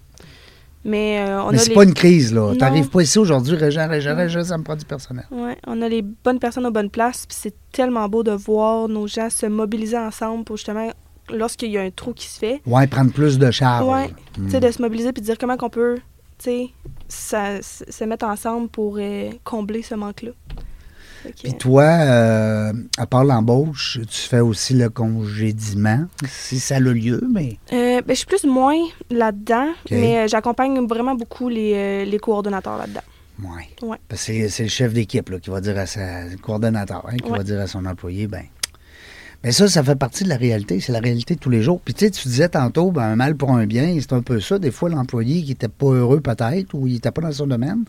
Mais, euh, on
mais
a
c'est
les...
pas une crise, là. Tu
Non.
pas ici aujourd'hui, Régent, Régent, Régent, ça me prend du personnel.
Ouais, on a les bonnes personnes aux bonnes places, puis c'est tellement beau de voir nos gens se mobiliser ensemble pour justement, lorsqu'il y a un trou qui se fait,
Ouais, prendre plus de Hmm. charges.
ouais, tu
Mm.
sais, de se mobiliser puis de dire comment qu'on peut, tu sais, ça- s- se mettre ensemble pour euh, combler ce manque-là. Fait que,
Puis toi, euh, à part l'embauche, tu fais aussi le congédiement, si ça a lieu, mais
euh, ben, je suis plus moins là-dedans,
Ok.
mais euh, j'accompagne vraiment beaucoup les, euh, les coordonnateurs là-dedans.
ouais.
Ouais.
Parce que c'est- c'est le chef d'équipe là, qui va dire à sa le coordonnateur, hein, qui
Ouais.
va dire à son employé, ben Mais ça, ça fait partie de la réalité. C'est la réalité de tous les jours. Puis tu sais, tu disais tantôt, ben, un mal pour un bien, c'est un peu ça. Des fois, l'employé qui n'était pas heureux peut-être, ou il n'était pas dans son domaine,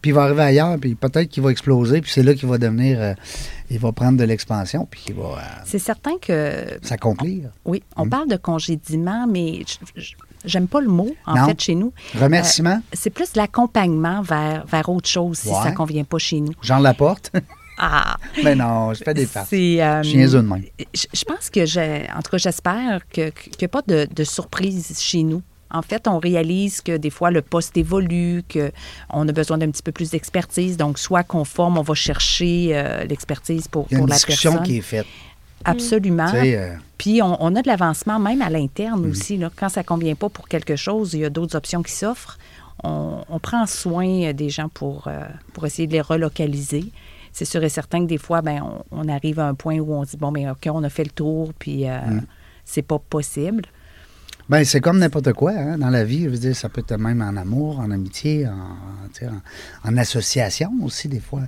puis il va arriver ailleurs, puis peut-être qu'il va exploser, puis c'est là qu'il va devenir, euh, il va prendre de l'expansion, puis il va euh,
C'est certain que
s'accomplir.
Oui,
Hmm.
on parle de congédiement, mais je- je- j'aime pas le mot, en
Non.
fait, chez nous.
Remerciement,
C'est plus l'accompagnement vers, vers autre chose si
Ouais.
ça convient pas chez nous.
Jean Laporte.
Ah!
Mais non, je fais des farces.
C'est, euh,
Je suis niaiseux de même.
je, je pense que, j'ai, en tout cas, j'espère que- que- qu'il n'y a pas de, de surprise chez nous. En fait, on réalise que des fois, le poste évolue, qu'on a besoin d'un petit peu plus d'expertise. Donc, soit conforme, on va chercher euh, l'expertise pour,
Il y a
pour
une
la
discussion
personne. Ah.
qui est faite.
Absolument.
Tu sais, euh,
Puis, on, on a de l'avancement même à l'interne
Mm.
aussi. là. Quand ça ne convient pas pour quelque chose, il y a d'autres options qui s'offrent. On, on prend soin euh, des gens pour, euh, pour essayer de les relocaliser. C'est sûr et certain que des fois, ben, on, on arrive à un point où on dit, bon, mais OK, on a fait le tour, puis euh,
Mm.
c'est pas possible.
Ben, c'est comme n'importe quoi hein, dans la vie. Je veux dire, ça peut être même en amour, en amitié, en, tu sais, en- en association aussi, des fois.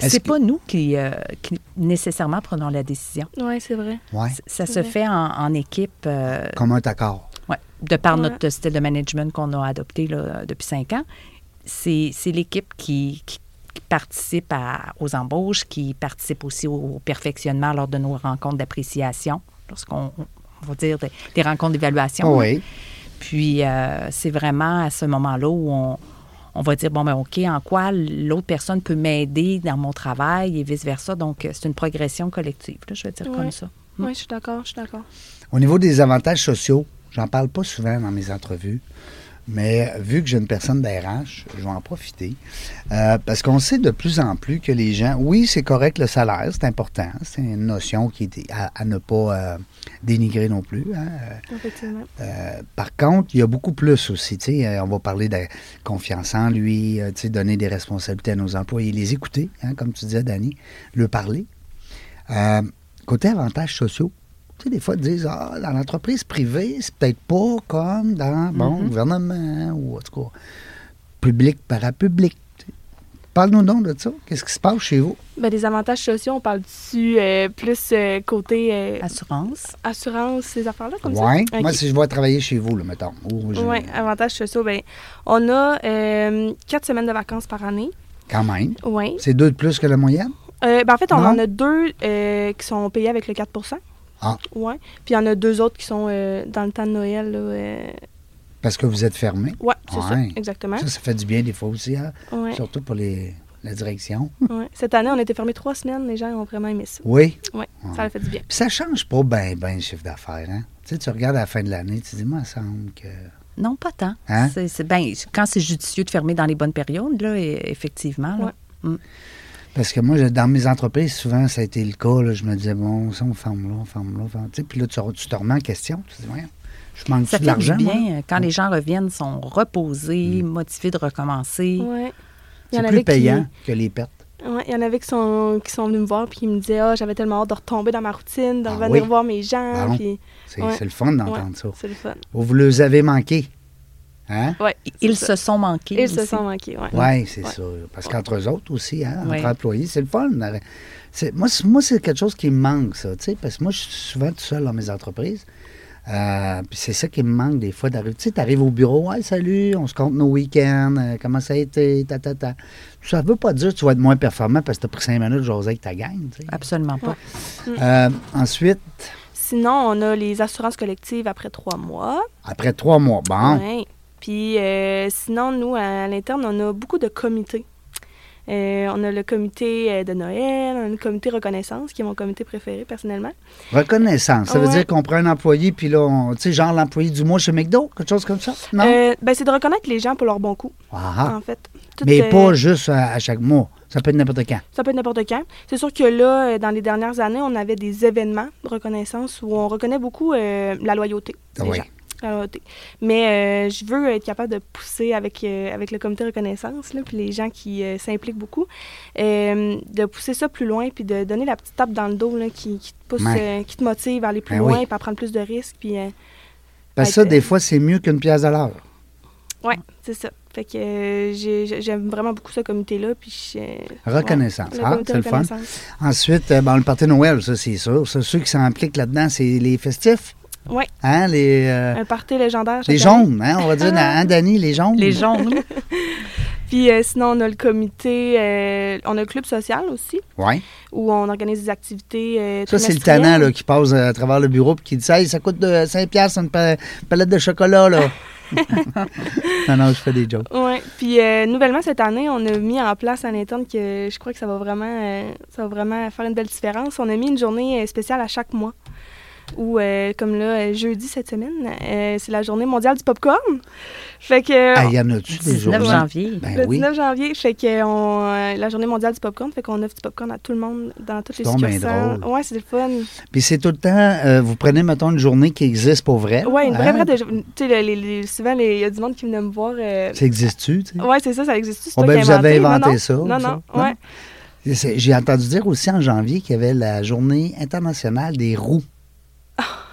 C'est
Est-ce que-
pas nous qui, euh, qui nécessairement prenons la décision.
Oui, c'est vrai.
Ouais,
C- Ça
C'est
se
vrai.
fait en, en équipe, euh,
comme un accord.
ouais, de par
Ouais.
notre style de management qu'on a adopté là, depuis cinq ans. C'est c'est l'équipe qui, qui- qui participe à- aux embauches, qui participe aussi au, au perfectionnement lors de nos rencontres d'appréciation, lorsqu'on on va dire des, des rencontres d'évaluation. là.
Oh oui.
Puis euh, c'est vraiment à ce moment-là où on, on va dire, bon, ben OK, en quoi l'autre personne peut m'aider dans mon travail et vice-versa. Donc, euh, c'est une progression collective, là, je vais dire comme
Ouais.
ça.
Mm.
Oui, je suis d'accord, je suis d'accord.
Au niveau des avantages sociaux, j'en parle pas souvent dans mes entrevues, mais vu que j'ai une personne d'RH, je vais en profiter. Euh, parce qu'on sait de plus en plus que les gens, oui, c'est correct le salaire, c'est important, c'est une notion qui est à, à ne pas euh, dénigrer non plus. hein, euh,
Effectivement.
Euh, par contre, il y a beaucoup plus aussi. tu sais, euh, on va parler de confiance en lui, euh, tu sais, donner des responsabilités à nos employés, les écouter, hein, comme tu disais, Dani, le parler. Euh, côté avantages sociaux, tu sais, des fois, ils disent Ah, dans l'entreprise privée, c'est peut-être pas comme dans bon,
Mm-hmm.
Mhm.
gouvernement ou en tout cas public parapublic. tu sais. Parle-nous donc de ça. Qu'est-ce qui se passe chez vous?
Ben, des avantages sociaux, on parle dessus euh, plus euh, côté euh,
Assurance.
assurance, ces affaires-là, comme
Ouais.
ça?
Moi,
Ok.
si je vais travailler chez vous, là, mettons. ou je-
Oui, avantages sociaux. Ben, on a euh, quatre semaines de vacances par année.
Quand même.
Oui.
C'est deux de plus que la moyenne?
Euh, ben, en fait, on
Non.
en a deux euh, qui sont payés avec le 4
Ah.
Oui. Puis il y en a deux autres qui sont euh, dans le temps de Noël. là, euh,
Parce que vous êtes fermé.
Ouais, c'est
Ouais.
ça, exactement.
Ça, ça fait du bien des fois aussi, hein?
Ouais,
surtout pour les, la direction.
ouais. Cette année, on était fermé trois semaines. Les gens ont vraiment aimé ça.
Oui.
Ouais,
Ouais.
ça a fait du bien.
Puis ça change pas ben ben le chiffre d'affaires. Hein? Tu sais, tu regardes à la fin de l'année, tu dis, moi, il semble que.
Non, pas tant.
Hein?
C'est- c'est- ben, quand c'est judicieux de fermer dans les bonnes périodes, là, e- effectivement. là.
Ouais.
Parce que moi, je- dans mes entreprises, souvent, ça a été le cas. là, je me disais, bon, ça, on ferme là, on ferme là, on ferme. Tu sais, puis là, tu, re- tu te remets en question. Tu dis, voyons, je manque
Ça
de
fait du
l'argent. moi? Mm.
bien euh, quand les gens reviennent, sont reposés, motivés de recommencer.
Ouais. Il
C'est
y en avait
plus
qui-
payant que les pertes.
Ouais, il y en avait qui sont, qui sont venus me voir puis qui me disaient Ah, j'avais tellement hâte de retomber dans ma routine, de
Ah
revenir
oui.
voir mes gens.
Bon,
puis-
C'est
Ouais.
c'est le fun d'entendre
Ouais,
ça.
C'est le fun.
Vous, vous les avez manqués. Hein?
Ouais, c'est
Ils
ça.
se sont manqués.
Ils se
aussi.
sont manqués. Ouais.
Oui, c'est
Ouais.
ça. Parce qu'entre eux autres aussi, hein, entre
Ouais.
employés, c'est le fun. C'est- moi, c'est- moi, c'est quelque chose qui me manque, ça. tu sais, Parce que moi, je suis souvent tout seul dans mes entreprises. Euh, puis c'est ça qui me manque des fois d'arriver. Tu sais, t'arrives au bureau, ouais, salut, on se compte nos week-ends, euh, comment ça a été, ta, ta, ta. Ça veut pas dire que tu vas être moins performant parce que t'as pris cinq minutes de jaser avec ta gang, tu sais.
Absolument pas.
Euh, ensuite,
Sinon, on a les assurances collectives après trois mois.
après trois mois, bon,
Ouais. Puis euh, sinon, nous, à l'interne, on a beaucoup de comités. Euh, on a le comité euh, de Noël, on a le comité reconnaissance, qui est mon comité préféré personnellement.
reconnaissance. Ça veut
Ouais.
dire qu'on prend un employé, puis là, on- tu sais, genre l'employé du mois chez McDo, quelque chose comme ça, non?
Euh, ben, c'est de reconnaître les gens pour leur bon coup,
Ah.
en fait. Tout,
Mais
euh,
pas juste à, à chaque mois. Ça peut être n'importe quand.
Ça peut être n'importe quand. C'est sûr que là, euh, dans les dernières années, on avait des événements de reconnaissance où on reconnaît beaucoup euh, la loyauté des
Oui.
gens. La loyauté. Mais euh, je veux être capable de pousser avec, euh, avec le comité reconnaissance, là, puis les gens qui euh, s'impliquent beaucoup, euh, de pousser ça plus loin, puis de donner la petite tape dans le dos là, qui, qui te pousse,
Ouais.
euh, qui te motive à aller plus
Ben
loin,
oui.
puis à prendre plus de risques. Puis, euh,
Parce que ça,
Fait que-
des fois, c'est mieux qu'une pièce à l'heure.
ouais, c'est ça. Fait que euh, j'ai- j'aime vraiment beaucoup ce comité-là. Puis je- euh,
Reconnaissance.
ouais, le
Ah,
comité
c'est le fun.
reconnaissance.
Ensuite, euh, ben, le party de Noël, ça, c'est sûr. Ça, ceux qui s'impliquent là-dedans, c'est les festifs.
Oui,
Hein, les, euh,
un party légendaire.
les
chaque année. Ah.
jaunes, hein, on va dire, hein, Dani, les jaunes.
Les jaunes.
Puis euh, sinon, on a le comité, euh, on a le club social aussi,
Oui.
où on organise des activités. euh,
Ça, c'est le
trimestrielles.
tannant là, qui passe à travers le bureau et qui dit Hey, ça coûte de 5 piastres une pa- palette de chocolat. là. non, non, je fais des jokes.
Oui, puis euh, nouvellement cette année, on a mis en place un interne que je crois que ça va vraiment euh, ça va vraiment faire une belle différence. On a mis une journée euh, spéciale à chaque mois. Ou comme là, euh, jeudi cette semaine, euh, c'est la journée mondiale du popcorn. Fait que
Ah, il y en a-tu des jours
19 janvier.
Ben
le
oui.
19 janvier, fait que on, euh, la journée mondiale du popcorn, fait qu'on offre du popcorn à tout le monde dans toutes les
donc bien
situations.
drôle.
Ouais, c'est le fun.
Puis c'est tout le temps, euh, vous prenez, mettons, une journée qui existe pour vrai. là,
Ouais, une vraie
hein?
vraie de- tu sais le- les- les- souvent les- il y a du monde qui venait me voir euh,
Ça existe-tu? tu sais?
Ouais, c'est ça, ça existe. C'est
Oh,
toi
ben,
qui
vous hein?
as
avez
Non,
inventé
non.
ça,
Non,
ça?
non,
Non?
ouais.
Et c'est- J'ai entendu dire aussi en janvier qu'il y avait la journée internationale des roues.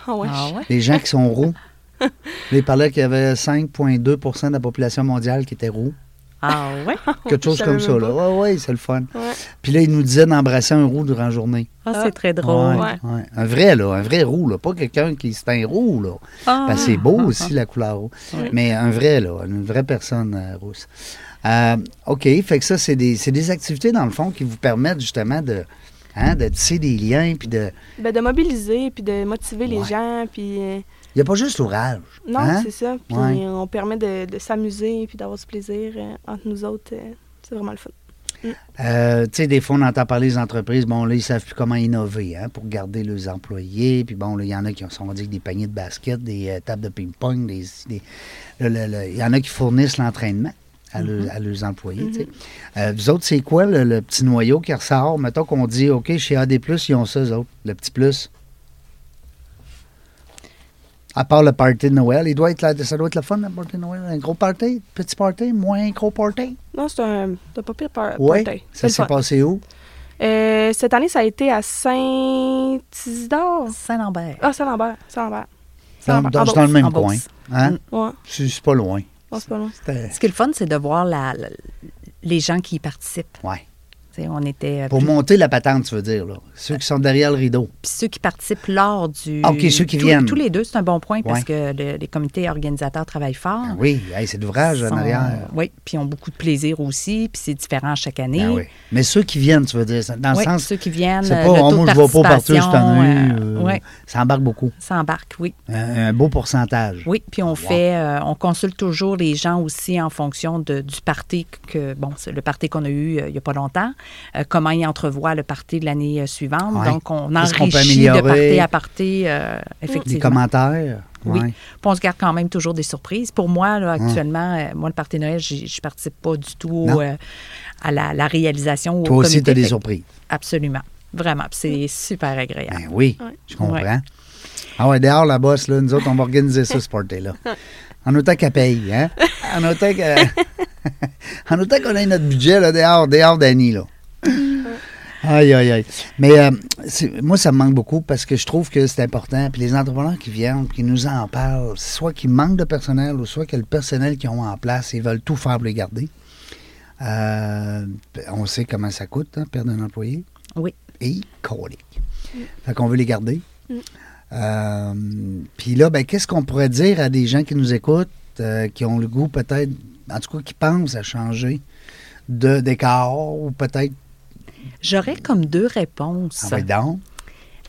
Ah ouais.
Ah ouais?
Les gens qui sont roux. Là, il parlait qu'il y avait 5,2 de la population mondiale qui était roux.
Ah ouais?
Quelque chose
je
comme ça.
savais
Là.
même
Ouais, ouais, c'est le fun.
Ouais.
Puis là, il nous disait d'embrasser un roux durant la journée.
Ah, c'est très drôle.
Ouais.
ouais. Un vrai, là. Un vrai roux, là. Pas quelqu'un qui se teint roux, là.
Ah.
Parce que Ben, c'est beau aussi, la couleur roux.
Ouais.
Mais un vrai, là. Une vraie personne euh, rousse. Euh, OK. Fait que ça, c'est des, c'est des activités, dans le fond, qui vous permettent justement de, hein, de tisser des liens. Puis de.
Ben, de mobiliser, puis de motiver les
Ouais.
gens, puis... euh,
Il n'y a pas juste l'orage.
non,
hein?
c'est ça. Puis
Ouais.
euh, on permet de, de s'amuser, puis d'avoir du plaisir euh, entre nous autres. euh, c'est vraiment le fun.
Euh, tu sais, des fois, on entend parler des entreprises, bon, là, ils savent plus comment innover hein, pour garder leurs employés. Puis bon, là, il y en a qui ont, on va dire, des paniers de basket, des euh, tables de ping-pong, des. des- le- le- le- Il y en a qui fournissent l'entraînement à,
Mm-hmm.
leurs- à leurs employés, tu sais. Euh, vous autres, c'est quoi le, le petit noyau qui ressort? Mettons qu'on dit, OK, chez AD, ils ont ça, eux autres, le petit plus. À part le party de Noël, il doit être là, ça doit être le fun, le party de Noël. Un gros party, petit party, moins gros party.
Non, c'est un... T'as pas pire par...
Oui.
party. C'est
Ça
le
s'est
fun.
passé où?
Euh, cette année, ça a été à Saint-Isidore.
Saint-Lambert.
Ah, Saint-Lambert. Saint-Lambert.
Dans,
Saint-Lambert.
dans-
Ah, En
dans le
Beauce.
même
en Mm.
coin.
Beauce.
Hein?
Ouais,
C'est c'est pas loin.
non, c'est pas loin.
C'était-
Ce qui est le fun, c'est de voir la- la- les gens qui y participent.
Ouais.
Tu sais, on était. euh,
Pour
plus-
monter la patente, tu veux dire, là. Ceux qui sont derrière le rideau.
Puis ceux qui participent lors du.
Ah, OK, ceux qui
tous-
viennent.
Tous les deux, c'est un bon point
Ouais.
parce que le- les comités organisateurs travaillent fort.
Ah oui, hey, c'est d'ouvrage en
Sont-
arrière.
Oui, puis ils ont beaucoup de plaisir aussi, puis c'est différent chaque année.
Ah oui. Mais ceux qui viennent, tu veux dire, ça- dans le
Oui,
sens.
ceux qui viennent,
C'est
euh,
pas,
le
oh,
taux
moi,
de
je vais pas partout cette
participation,
année.
euh,
euh,
ouais.
Ça embarque beaucoup.
Ça embarque, oui.
Un, un beau pourcentage.
Oui, puis on fait, euh, on consulte toujours les gens aussi en fonction de- du party que, bon, c'est le party qu'on a eu euh, il n'y a pas longtemps, euh, comment ils entrevoient le party de l'année euh, suivante.
Ouais.
Donc, on
Qu'est-ce qu'on peut
enrichit de
améliorer?
party à party, euh,
Les
effectivement.
commentaires.
Oui.
ouais.
Puis on se garde quand même toujours des surprises. Pour moi, là, actuellement, euh, moi, le party de Noël, j'y- je ne participe pas du tout au,
Non.
euh, à la, la réalisation. au
Toi aussi,
comité.
tu as des
Fait-
surprises.
Absolument. Vraiment. Puis c'est super agréable.
Ben oui,
Ouais.
je comprends.
Ouais.
Ah ouais, dehors la bosse, là, nous autres, on va organiser ça, ce party-là. En autant qu'elle paye, hein? En autant que- en autant qu'on ait notre budget, là, dehors, dehors d'Annie, là. Aïe, aïe, aïe. Mais euh, c'est- moi, ça me manque beaucoup parce que je trouve que c'est important. Puis les entrepreneurs qui viennent, qui nous en parlent, soit qu'ils manquent de personnel ou soit que le personnel qu'ils ont en place, ils veulent tout faire pour les garder. Euh, on sait comment ça coûte, hein, perdre un employé
Oui.
et colique. Fait qu'on veut les garder. Euh, Puis là, ben, qu'est-ce qu'on pourrait dire à des gens qui nous écoutent, euh, qui ont le goût peut-être, en tout cas qui pensent à changer de décor ou peut-être
J'aurais comme deux réponses.
ça va être donc.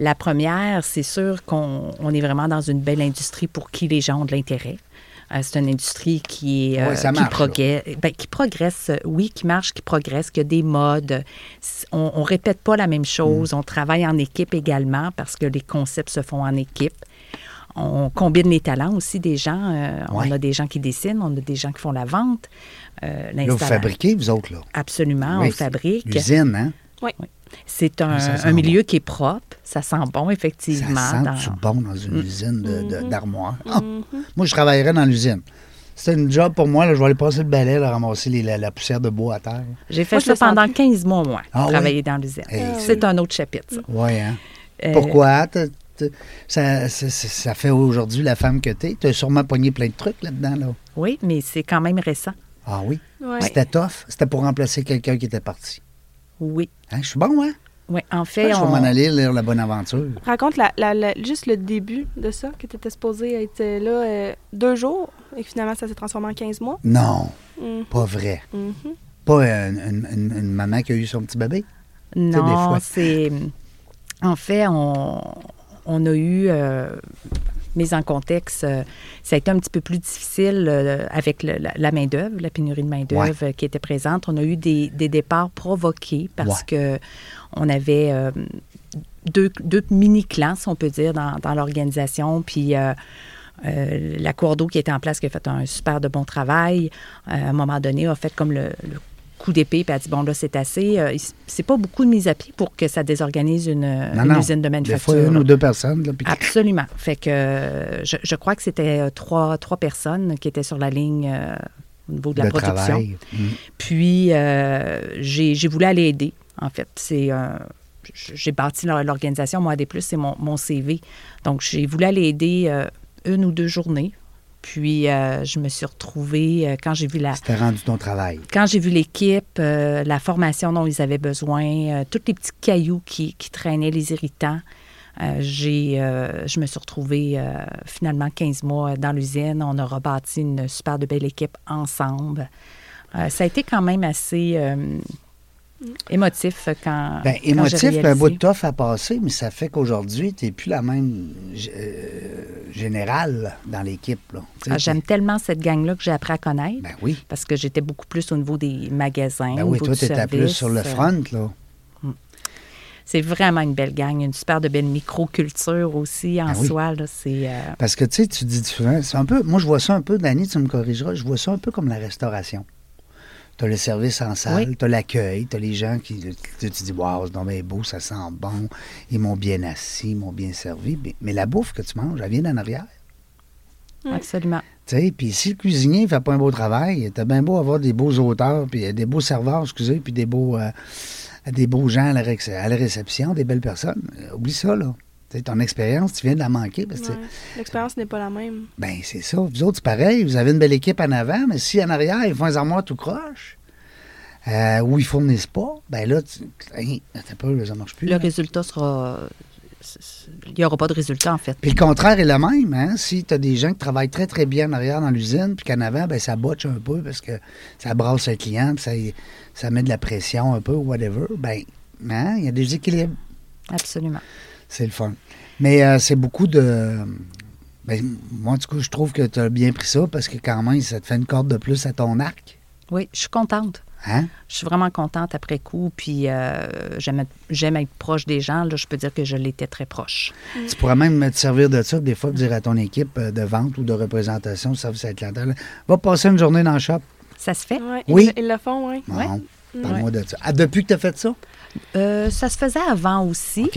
La première, c'est sûr qu'on on est vraiment dans une belle industrie pour qui les gens ont de l'intérêt. Euh, c'est une industrie qui, est, euh,
Ouais, ça
qui,
marche, là.
progresse, ben, qui progresse, euh, oui, qui marche, qui progresse, qui a des modes. S- On, on répète pas la même chose.
Mm.
On travaille en équipe également parce que les concepts se font en équipe. On combine les talents aussi des gens. Euh,
Ouais.
On a des gens qui dessinent, on a des gens qui font la vente. euh,
Là, vous
l'installa-
fabriquez, vous autres, là.
Absolument,
Oui.
on fabrique.
L'usine, hein?
C'est un,
Ça sent
un
bon.
milieu qui est propre. Ça sent bon,
Ça
effectivement. dans-
sent du bon dans une usine de- de- d'armoires. Ah! Moi, je travaillerais dans l'usine. C'était une job pour moi. Là, je vais aller passer le balai, là, ramasser les- la, la poussière de bois à terre.
J'ai fait
Moi, je
ça
le sentais.
pendant 15 mois, moi,
Ah oui?
travailler dans l'usine.
Hey,
c'est un autre chapitre, ça.
Oui, hein?
Euh,
Pourquoi? T'as- t'as- ça, ça- ça-
Euh,
ça fait aujourd'hui la femme que t'es. T'as sûrement pogné plein de trucs là-dedans, là.
Oui, mais c'est quand même récent.
Ah oui?
Ouais.
C'était tough. C'était pour remplacer quelqu'un qui était parti.
Oui.
Hein, je suis bon, hein?
Oui, en
Je
fait,
vais
on-
m'en aller lire La Bonne Aventure.
Raconte la- la- la- juste le début de ça, que tu étais supposé être euh, là euh, deux jours et que finalement ça s'est transformé en 15 mois.
Non,
Mhm,
pas vrai.
mhm.
Pas euh, une, une- une- une maman qui a eu son petit bébé. des
non,
fois.
c'est... En fait, on, on a eu... euh, mise en contexte, euh, ça a été un petit peu plus difficile euh, avec le- la, la main-d'œuvre, la pénurie de main-d'œuvre euh, qui était présente. On a eu des, des départs provoqués parce que on avait euh, deux, deux mini-clans, si on peut dire, dans, dans l'organisation. Puis. euh, euh, la cour d'eau qui était en place, qui a fait un super de bon travail, euh, à un moment donné, a fait comme le, le coup d'épée, puis a dit, bon, là, c'est assez. Euh, il s- c'est pas beaucoup de mise à pied pour que ça désorganise une,
Non,
Euh, une
non.
usine de
Des
manufacture.
fois, une
là.
ou deux personnes. là, puis-
Absolument. Fait que euh, je, je crois que c'était euh, trois, trois personnes qui étaient sur la ligne euh, au niveau de la
de
production. Ah.
travail. Mm.
Puis euh, j'ai j'ai voulu aller aider, en fait. C'est euh, j- j'ai bâti l'or- l'organisation, moi des plus, c'est mon, mon CV. Donc j'ai voulu aller aider euh, une ou deux journées. Puis euh, je me suis retrouvée euh, quand j'ai vu la
C'était rendu ton travail.
quand j'ai vu l'équipe, euh, la formation dont ils avaient besoin, euh, tous les petits cailloux qui, qui traînaient, les irritants, euh, j'ai, euh, je me suis retrouvée euh, finalement 15 mois dans l'usine. On a rebâti une super de belle équipe ensemble. Euh, ça a été quand même assez euh, émotif quand.
Ben,
Ah. quand j'ai
émotif, puis un
réalisé.
bout de toffe à passer, mais ça fait qu'aujourd'hui, tu n'es plus la même g- euh, générale dans l'équipe. là. Tu sais,
Ah, J'aime tellement cette gang-là que j'ai appris à connaître
Ben oui.
parce que j'étais beaucoup plus au niveau des magasins.
Ben
au
oui,
niveau
toi,
Hein,
tu
du
étais plus
service. euh.
sur le front. Là.
C'est vraiment une belle gang, une super de belle microculture aussi en
Ah oui.
soi. là, c'est, euh,
Parce que tu sais, tu dis souvent, c'est un peu, moi je vois ça un peu, Dani, tu me corrigeras, je vois ça un peu comme la restauration. Tu as le service en salle,
Oui.
tu as l'accueil, tu as les gens qui. Tu, tu dis, waouh, c'est donc bien beau, ça sent bon, ils m'ont bien assis, ils m'ont bien servi. Mais, mais la bouffe que tu manges, elle vient d'en arrière.
Mm.
Absolument.
Tu sais, puis si le cuisinier ne fait pas un beau travail, t'as bien beau avoir des beaux auteurs, puis euh, des beaux serveurs, excusez, puis des beaux, euh, des beaux gens à la, réc- à la réception, des belles personnes. Euh, Oublie ça, là. Tu sais, ton expérience, tu viens de la manquer. Parce que,
Ouais. L'expérience n'est pas la même.
ben, c'est ça. Vous autres, c'est pareil. Vous avez une belle équipe en avant, mais si en arrière, ils font des armoires tout croche, euh, ou ils fournissent pas, ben là, tu... hey, attends un peu, là, ça marche plus.
Le
là.
résultat sera. Il n'y aura pas de résultat, en fait.
Puis le contraire est le même, hein? Si tu as des gens qui travaillent très, très bien en arrière dans l'usine, puis qu'en avant, ben, ça botche un peu parce que ça brasse le client, puis ça, ça met de la pression un peu, whatever, ben, hein, il y a des équilibres.
Absolument.
C'est le fun. Mais euh, c'est beaucoup de. Ben, moi, du coup, je trouve que tu as bien pris ça parce que quand même, ça te fait une corde de plus à ton arc.
Oui, je suis contente.
Hein?
Je suis vraiment contente après coup. Puis euh, j'aime être- j'aime être proche des gens. Là, je peux dire que je l'étais très proche.
Tu pourrais même te servir de ça, des fois, pour dire à ton équipe euh, de vente ou de représentation, service à la clientèle, va passer une journée dans le shop.
Ça se fait?
Ouais,
Oui.
Ils, le- ils le font, oui.
Ouais.
Non, Parle-moi de ça. Ah, depuis que tu as fait ça?
Euh, ça se faisait avant aussi.
OK.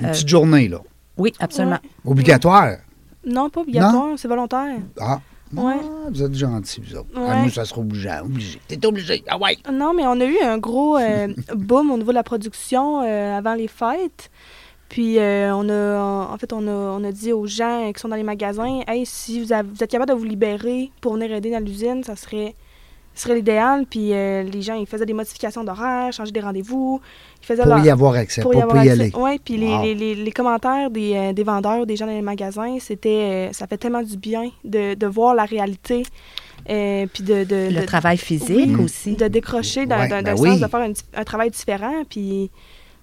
Une
Euh,
petite journée, là.
Oui, absolument.
Obligatoire.
Non, pas obligatoire, c'est volontaire.
Ah.
Ouais.
Ah, vous êtes gentils, vous autres. Ah,
Ouais.
nous, ça sera obligeant. Obligé. T'es obligé. Ah ouais.
Non, mais on a eu un gros euh, boom au niveau de la production euh, avant les fêtes. Puis, euh, on a, en fait, on a, on a dit aux gens qui sont dans les magasins Hey, si vous, avez- vous êtes capable de vous libérer pour venir aider dans l'usine, ça serait, ça serait l'idéal. Puis, euh, les gens, ils faisaient des modifications d'horaire, changeaient des rendez-vous. Ils faisaient
Pour
leur-
y avoir accès, Oh. pour, pas y aller.
Oui, puis les-
Wow.
les, les- les commentaires des, euh, des vendeurs, des gens dans les magasins, c'était, euh, ça fait tellement du bien de, de voir la réalité. euh, puis de, de,
Le
de-
travail physique
oui,
aussi.
De décrocher dans,
Ouais,
dans- dans
ben
le
oui.
sens de faire un, un travail différent. Puis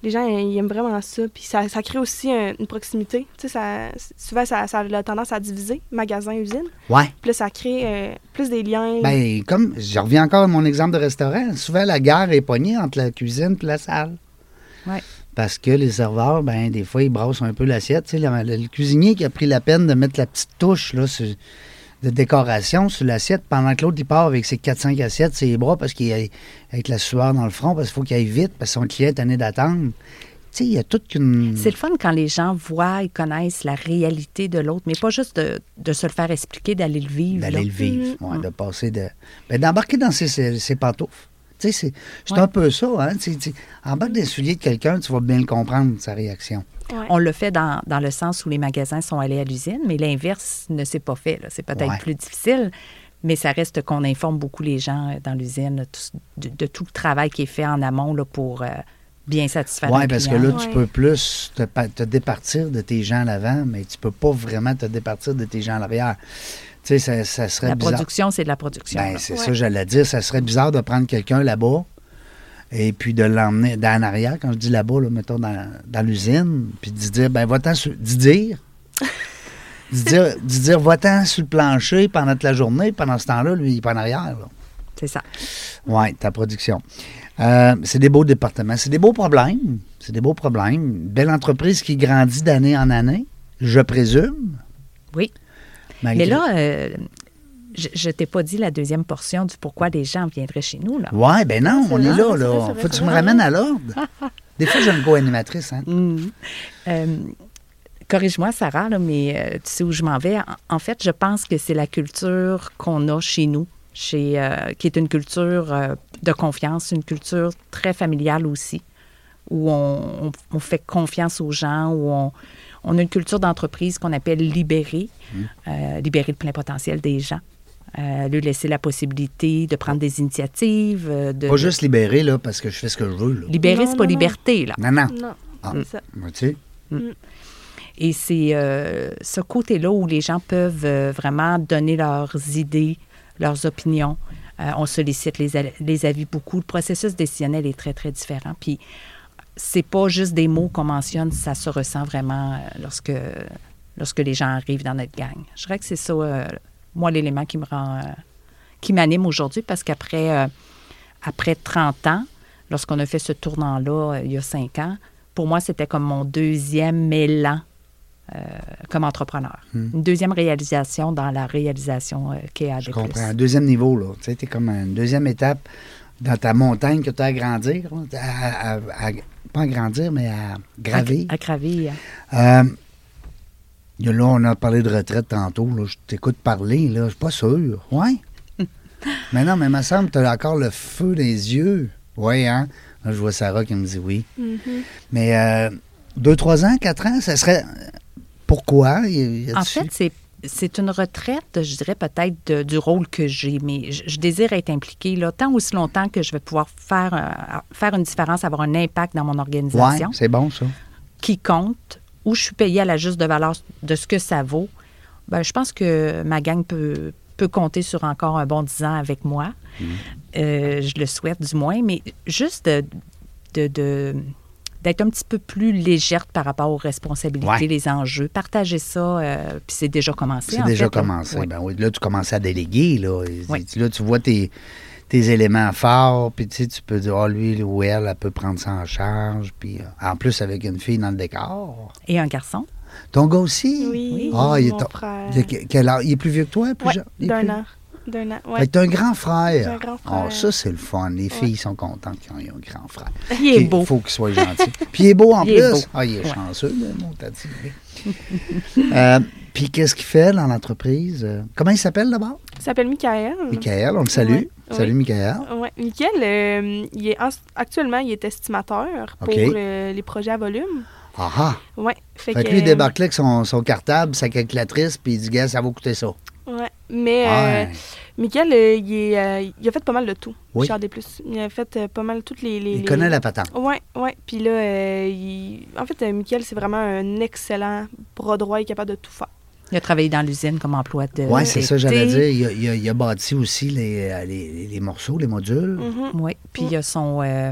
les gens, ils aiment vraiment ça. Puis ça, ça crée aussi un- une proximité. Tu sais, ça, souvent, ça, ça a tendance à diviser magasin-usine.
Ouais.
Puis là, ça crée euh, plus des liens.
Ben, comme, je reviens encore à mon exemple de restaurant. Souvent, la guerre est pognée entre la cuisine et la salle.
Ouais.
Parce que les serveurs, ben, des fois, ils brassent un peu l'assiette. Tu sais, Le, le- le cuisinier qui a pris la peine de mettre la petite touche là, sur- de décoration sur l'assiette pendant que l'autre, il part avec ses 4-5 assiettes, ses bras, parce qu'il a avec la sueur dans le front, parce qu'il faut qu'il aille vite, parce que son client est tanné d'attendre. Tu sais, il y a toute qu'une.
C'est le fun quand les gens voient et connaissent la réalité de l'autre, mais pas juste de, de se le faire expliquer, d'aller le vivre. là.
D'aller le vivre, ouais, de passer de. Ben, d'embarquer dans ses, ses- ses pantoufles. Tu sais, c'est c'est
Ouais.
un peu ça, hein. tu sais, tu sais, embarque dans les souliers de quelqu'un, tu vas bien le comprendre, sa réaction.
Ouais.
On le fait dans, dans le sens où les magasins sont allés à l'usine, mais l'inverse ne s'est pas fait. là. C'est peut-être
Ouais.
plus difficile, Mais ça reste qu'on informe beaucoup les gens euh, dans l'usine tout- de, de tout le travail qui est fait en amont là, pour euh, bien satisfaire
Oui,
le
parce que
client.
là,
client.
tu
Ouais.
peux plus te, pa- te départir de tes gens à l'avant, mais tu peux pas vraiment te départir de tes gens à l'arrière. Tu sais, ça, ça serait
la
bizarre.
production, c'est de la production.
Ben,
là.
c'est
Ouais.
ça, j'allais dire. Ça serait bizarre de prendre quelqu'un là-bas et puis de l'emmener dans en arrière, quand je dis là-bas, là, mettons dans, dans l'usine, puis d'y dire, ben, va-t'en, sur- d'y dire. d'y dire, d'y dire, va-t'en sur le plancher pendant toute la journée, pendant ce temps-là, lui, il est en arrière. là.
c'est ça.
Oui, ta production. Euh, c'est des beaux départements. C'est des beaux problèmes. C'est des beaux problèmes. Belle entreprise qui grandit d'année en année, je présume.
Oui. Mais
malgré-
là, euh, je, je t'ai pas dit la deuxième portion du pourquoi les gens viendraient chez nous. Là.
Ouais, ben non,
C'est
on
vrai,
est là,
c'est vrai, c'est
là.
vrai,
Faut que
c'est
tu me
vrai.
ramènes à l'ordre. Des fois, j'ai une co-animatrice, hein.
Euh, Corrige-moi, Sarah, là, mais euh, tu sais où je m'en vais. En, en fait, je pense que c'est la culture qu'on a chez nous, chez, euh, qui est une culture euh, de confiance, une culture très familiale aussi, où on, on- on fait confiance aux gens, où on, on a une culture d'entreprise qu'on appelle libérée,
Mmh.
euh, libérer le plein potentiel des gens, euh, lui laisser la possibilité de prendre des initiatives, euh, de
Pas juste libérer, là, parce que je fais ce que je veux, là.
libérer,
Non,
c'est pas
non, non.
liberté là.
Non, non.
Non,
Ah.
c'est ça.
Tu sais,
Et c'est euh, ce côté-là où les gens peuvent euh, vraiment donner leurs idées, leurs opinions. Euh, on sollicite les, al- les avis beaucoup. Le processus décisionnel est très, très différent. Puis, c'est pas juste des mots qu'on mentionne, ça se ressent vraiment euh, lorsque, lorsque les gens arrivent dans notre gang. Je dirais que c'est ça, euh, moi, l'élément qui me rend, euh, qui m'anime aujourd'hui parce qu'après euh, après 30 ans, lorsqu'on a fait ce tournant-là euh, il y a 5 ans, pour moi, c'était comme mon deuxième élan euh, comme entrepreneur. Une deuxième réalisation dans la réalisation euh, qu'est AD+.
Hmm. je comprends. Deuxième niveau, là. Tu sais, t'es comme à une deuxième étape dans ta montagne que tu as à grandir. là. À- à- à- pas à grandir, mais à
À,
gravir.
à gravir.
Euh, là, on a parlé de retraite tantôt. Là, je t'écoute parler. Là, je suis pas sûr. Ouais. mais non, mais il me semble que tu as encore le feu des yeux. Oui, hein? Là, je vois Sarah qui me dit oui.
Mm-hmm.
Mhm.
Mais euh, deux, trois ans, quatre ans, ça serait. Pourquoi? Y- y
En
a-tu-
fait, c'est c'est une retraite, je dirais peut-être de- du rôle que j'ai, mais je, je désire être impliquée là, tant aussi longtemps que je vais pouvoir faire, euh, faire une différence, avoir un impact dans mon
ouais,
organisation
c'est bon, ça.
qui compte, où je suis payée à la juste de valeur de ce que ça vaut. Ben, je pense que ma gang peut, peut compter sur encore un bon 10 ans avec moi.
Mm-hmm.
Euh, je le souhaite du moins, mais juste de, de- de- d'être un petit peu plus légère par rapport aux responsabilités,
Ouais.
les enjeux, partager ça, euh, puis c'est déjà commencé.
C'est
en
déjà
fait, hein. là.
commencé.
Oui.
Ben oui, là, tu commences à déléguer. Là, Et
Oui.
tu- là tu vois tes, tes éléments forts, puis tu sais, tu peux dire, ah, lui ou elle, elle peut prendre ça en charge. Puis euh, en plus, avec une fille dans le décor.
Et un garçon,
Ton gars aussi?
Oui,
Ah, il est,
mon
ton-
frère.
il est que- quel âge? Il est plus vieux que toi? Plus
Ouais,
jeune? Il est
d'un
plus-
an. D'un an,
Fait
ouais.
que t'as un grand frère.
J'ai un grand
Ah,
frère.
ça, c'est le fun. Les filles sont contentes quand ils ont un grand frère.
il est
Puis,
beau.
faut qu'il soit gentil. Puis il est beau en
Il
plus.
est beau.
Ah, il est
Ouais.
chanceux, là, mon tati. Euh, puis qu'est-ce qu'il fait dans l'entreprise? Euh, Comment il s'appelle d'abord?
Il s'appelle Michael.
Michael, on le salue.
Ouais,
Salut,
ouais.
Michael.
Ouais. Michael, euh, il est en- actuellement, il est estimateur pour
OK.
euh, les projets à volume.
Ah ah.
Ouais. Fait,
Fait que
que,
lui, il
euh,
débarque là avec son, son cartable, sa calculatrice, puis il dit, gars, ça va coûter ça.
Ouais. Mais
Ouais.
euh, Michael, euh, il, est, euh, il a fait pas mal de tout.
Oui.
Charles Desplus. Il a fait euh, pas mal toutes les. les
Il
les-
connaît la patente.
Ouais, ouais. Puis là, euh, il- en fait, euh, Michael, c'est vraiment un excellent bras droit. Il est capable de tout faire.
Il a travaillé dans l'usine comme emploi de.
Oui, c'est ça,
d'été.
j'allais dire. Il a, il a- il a bâti aussi les, euh, les- les- les morceaux, les modules.
Mhm.
Oui, puis il a son, euh,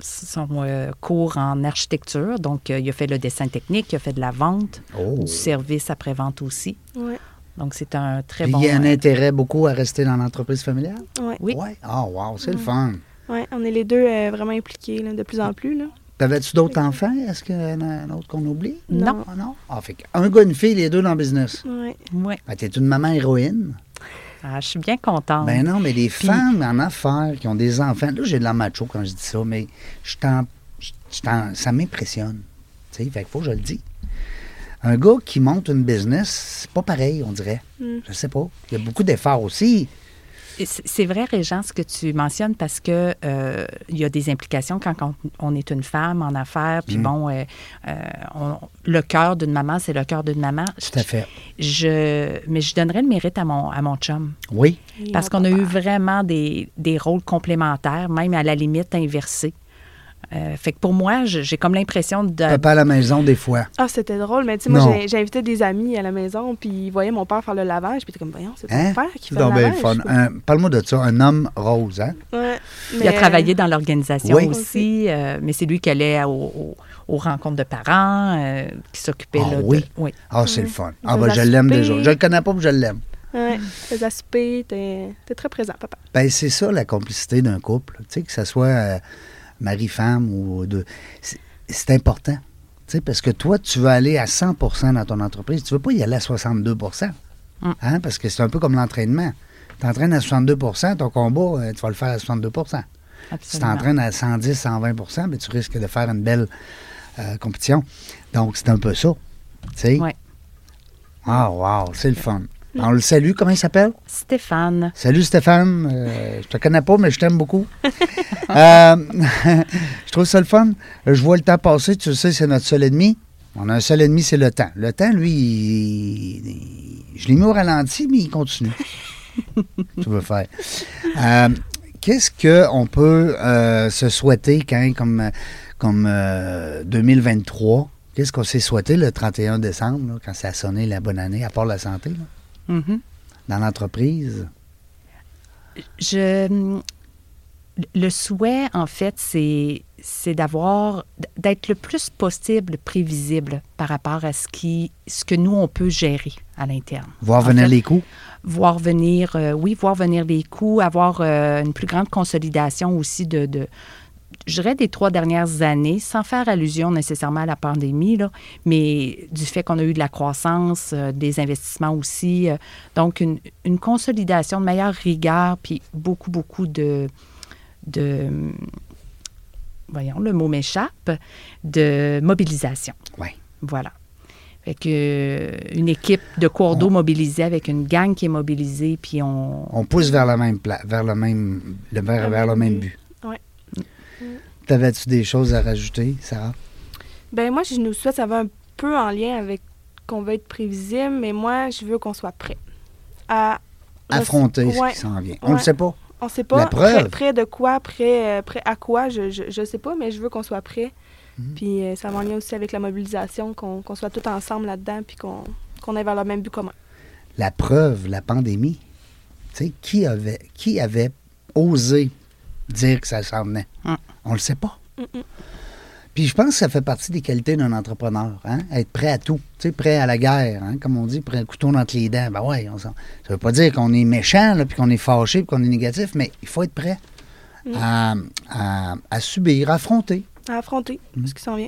son euh, cours en architecture. Donc, euh, il a fait le dessin technique, il a fait de la vente,
Oh.
du service après-vente aussi.
Ouais,
Donc, c'est un très
Puis
bon...
il y a un
euh,
intérêt beaucoup à rester dans l'entreprise familiale?
ouais.
Oui.
Ouais. Ah, wow, c'est le fun.
Ouais, on est les deux euh, vraiment impliqués là, de plus en plus. Là.
T'avais-tu d'autres enfants? Est-ce qu'il y en a un autre qu'on oublie?
Non.
Ah, non? Ah, fait un gars, une fille, les deux dans le business.
Ouais.
ouais.
Ben, t'es une maman héroïne.
Ah, je suis bien contente.
Ben non, mais des femmes en affaires qui ont des enfants. Là, j'ai de la macho quand je dis ça, mais je t'en, je je t'en- ça m'impressionne. Tu sais, fait que faut que je le dise. Un gars qui monte une business, c'est pas pareil, on dirait.
Mm.
Je sais pas. Il y a beaucoup d'efforts aussi.
C'est vrai, Régent, ce que tu mentionnes, parce que euh, il y a des implications quand on, on est une femme en affaires.
Mm.
Puis bon, euh, euh, on- le cœur d'une maman, c'est le cœur d'une maman.
Tout à fait.
Je, mais je donnerais le mérite à mon, à mon chum.
Oui.
Et
Parce
on
qu'on a
va
eu
faire.
vraiment des, des rôles complémentaires, même à la limite inversés. Euh, fait que pour moi, je- j'ai comme l'impression
Euh,
de.
Papa à la maison, des fois.
Ah, c'était drôle, mais tu sais, moi,
Non.
j'ai- j'invitais des amis à la maison, puis ils voyaient mon père faire le lavage, puis t'es comme, voyons, c'est ton
Hein?
père qui fait
Non,
le
ben,
lavage.
le fun. Un- Parle-moi de ça. Un homme rose, hein?
Ouais,
Il a
mais- euh,
travaillé dans l'organisation
Oui.
aussi, euh, mais c'est lui qui allait à- au- au- aux rencontres de parents, euh, qui s'occupait
Ah
là, de-
oui?
oui.
Ah, c'est le fun. Ah,
Hmm. Il
ben,
nous
je
a
l'aime
soupé.
déjà. Je le connais pas, mais je l'aime.
Ouais, faisait à souper, t'es t'es très présent, papa.
Ben, c'est ça, la complicité d'un couple. Tu sais, que ce soit euh, mari-femme ou de. c'est- C'est important. Tu sais, parce que toi, tu veux aller à 100 dans ton entreprise. Tu veux pas y aller à 62
Mm.
hein? Parce que c'est un peu comme l'entraînement. Tu t'entraînes à 62 ton combat, euh, tu vas le faire à 62 Si tu
absolument.
t'entraînes à 110, 120 ben, tu risques de faire une belle euh, compétition. Donc, c'est un peu ça. Tu sais?
Ouais.
Ah, wow, c'est le fun. On le salue. Comment il s'appelle?
Stéphane,
Salut Stéphane, Euh, je te connais pas, mais je t'aime beaucoup. Euh, je trouve ça le fun. Je vois le temps passer, tu sais, c'est notre seul ennemi. On a un seul ennemi, c'est le temps. Le temps, lui, il- il- je l'ai mis au ralenti, mais il continue. tu veux faire. Euh, Qu'est-ce qu'on peut euh, se souhaiter quand, comme, comme euh, 2023? Qu'est-ce qu'on s'est souhaité le 31 décembre, là, quand ça a sonné la bonne année, à part la santé, là,
Mm-hmm.
mhm.
dans l'entreprise?
je, le souhait, en fait, c'est c'est d'avoir, d'être le plus possible prévisible par rapport à ce, qui, ce que nous, on peut gérer à l'interne.
Voir
En
venir
fait,
les coups?
voir venir, euh, oui, voir venir les coûts, avoir euh, une plus grande consolidation aussi de, de- je dirais, des trois dernières années, sans faire allusion nécessairement à la pandémie, là, mais du fait qu'on a eu de la croissance, euh, des investissements aussi. euh, donc, une, une consolidation de meilleure rigueur, puis beaucoup, beaucoup de... de voyons, le mot m'échappe, de mobilisation.
Ouais.
Voilà. Fait que euh, une équipe de cours d'eau mobilisée avec une gang qui est mobilisée, puis on.
On pousse vers la même pla- vers le même le- vers,
Le
vers le
même
même but.
but. Ouais.
T'avais-tu des choses à rajouter, Sarah?
Ben moi, je nous souhaite, ça va un peu en lien avec qu'on veut être prévisible, mais moi, je veux qu'on soit prêt à...
Affronter ce
Ouais.
qui s'en vient. On le
Ouais.
sait pas.
On sait
La
pas
preuve.
prêt, prêt de quoi, prêt, euh, prêt à quoi, je, je, je sais pas, mais je veux qu'on soit prêt.
Mhm.
Puis euh, ça va en lien aussi avec la mobilisation, qu'on qu'on soit tous ensemble là-dedans, puis qu'on qu'on aille vers le même but commun.
La preuve, la pandémie. Tu sais, qui avait qui avait osé dire que ça s'en venait?
Hum.
On le sait pas.
Mm, mm.
Puis je pense que ça fait partie des qualités d'un entrepreneur, hein? être prêt à tout, tu sais, prêt à la guerre, hein? comme on dit, prêt un couteau entre les dents. Ben ouais, on s'en- ça veut pas dire qu'on est méchant, là, puis qu'on est fâché, puis qu'on est négatif, mais il faut être prêt à, à- à subir, à affronter.
À affronter ce qui s'en vient.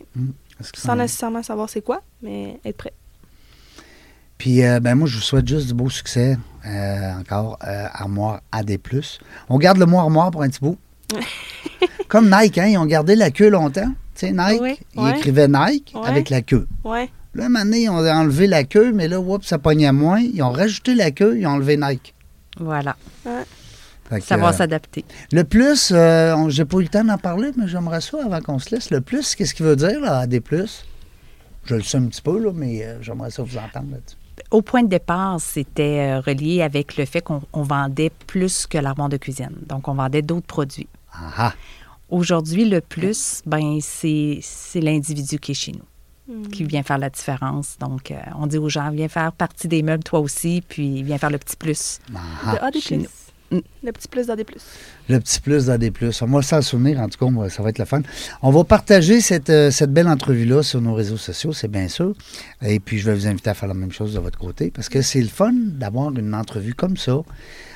Parce que
Sans
Mhm. ça-
nécessairement savoir c'est quoi, mais être prêt.
Puis euh, ben moi, je vous souhaite juste du beau succès euh, encore euh, Armoire AD+. On garde le mot Armoire pour un petit bout. comme Nike, hein, ils ont gardé la queue longtemps. Tu sais, Nike,
Oui,
ils
ouais.
écrivaient Nike
Ouais.
avec la queue.
Ouais.
Là, un moment donné, ils ont enlevé la queue, mais là, oups, ça pognait moins. Ils ont rajouté la queue, ils ont enlevé Nike.
Voilà.
Fait que,
Savoir
euh,
s'adapter.
Le plus, euh, on- j'ai pas eu le temps d'en parler, mais j'aimerais ça avant qu'on se laisse. Le plus, qu'est-ce qu'il veut dire, là, AD+. Je le sais un petit peu, là, mais euh, j'aimerais ça vous entendre là-dessus.
Au point de départ, c'était euh, relié avec le fait qu'on on vendait plus que l'armoire de cuisine. Donc, on vendait d'autres produits.
Ah ah!
Aujourd'hui, le plus, ben, c'est c'est l'individu qui est chez nous,
Mm.
qui vient faire la différence. Donc, euh, on dit aux gens, viens faire partie des meubles, toi aussi, puis viens faire le petit plus.
ah, ah.
de A des
chez
plus.
nous. Mm.
Le petit plus d'AD+. plus.
Le petit plus d'AD+. On va s'en souvenir, en tout cas, on va- ça va être le fun. On va partager cette, euh, cette belle entrevue-là sur nos réseaux sociaux, c'est bien sûr. Et puis, je vais vous inviter à faire la même chose de votre côté, parce que c'est le fun d'avoir une entrevue comme ça.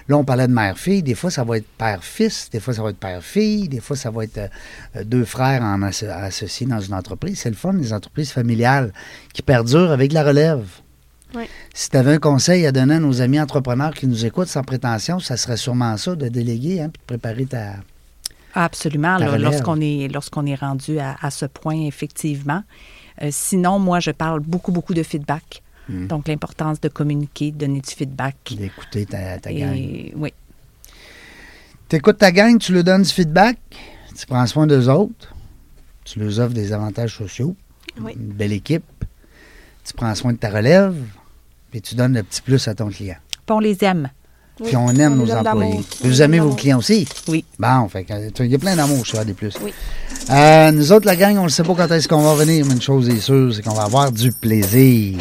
Là, on parlait de mère-fille. Des fois, ça va être père-fils. Des fois, ça va être père-fille. Des fois, ça va être euh, euh, deux frères en asso- associés dans une entreprise. C'est le fun, les entreprises familiales qui perdurent avec la relève.
Oui.
Si tu avais un conseil à donner à nos amis entrepreneurs qui nous écoutent sans prétention, ça serait sûrement ça, de déléguer, hein, puis de préparer ta...
Ah, Absolument,
Ta
là,
relève.
lorsqu'on est, lorsqu'on est rendu à, à ce point, effectivement. Euh, sinon, moi, je parle beaucoup, beaucoup de feedback. Donc, l'importance de communiquer, de donner du feedback.
d'écouter ta, ta gang.
Et, oui,
Tu écoutes ta gang, tu leur donnes du feedback, tu prends soin d'eux autres, tu leur offres des avantages sociaux,
Oui.
une belle équipe, tu prends soin de ta relève, puis tu donnes le petit plus à ton client.
Puis on les aime.
Puis on aime nos
les aime d'amour.
employés.
On les
Vous
aime
aimez vos
d'amour.
clients aussi?
Oui.
Bon, fait que, tu- il y a plein d'amour sur des plus.
Oui.
Euh, nous autres, la gang, on ne sait pas quand est-ce qu'on va venir, mais une chose est sûre, c'est qu'on va avoir du plaisir.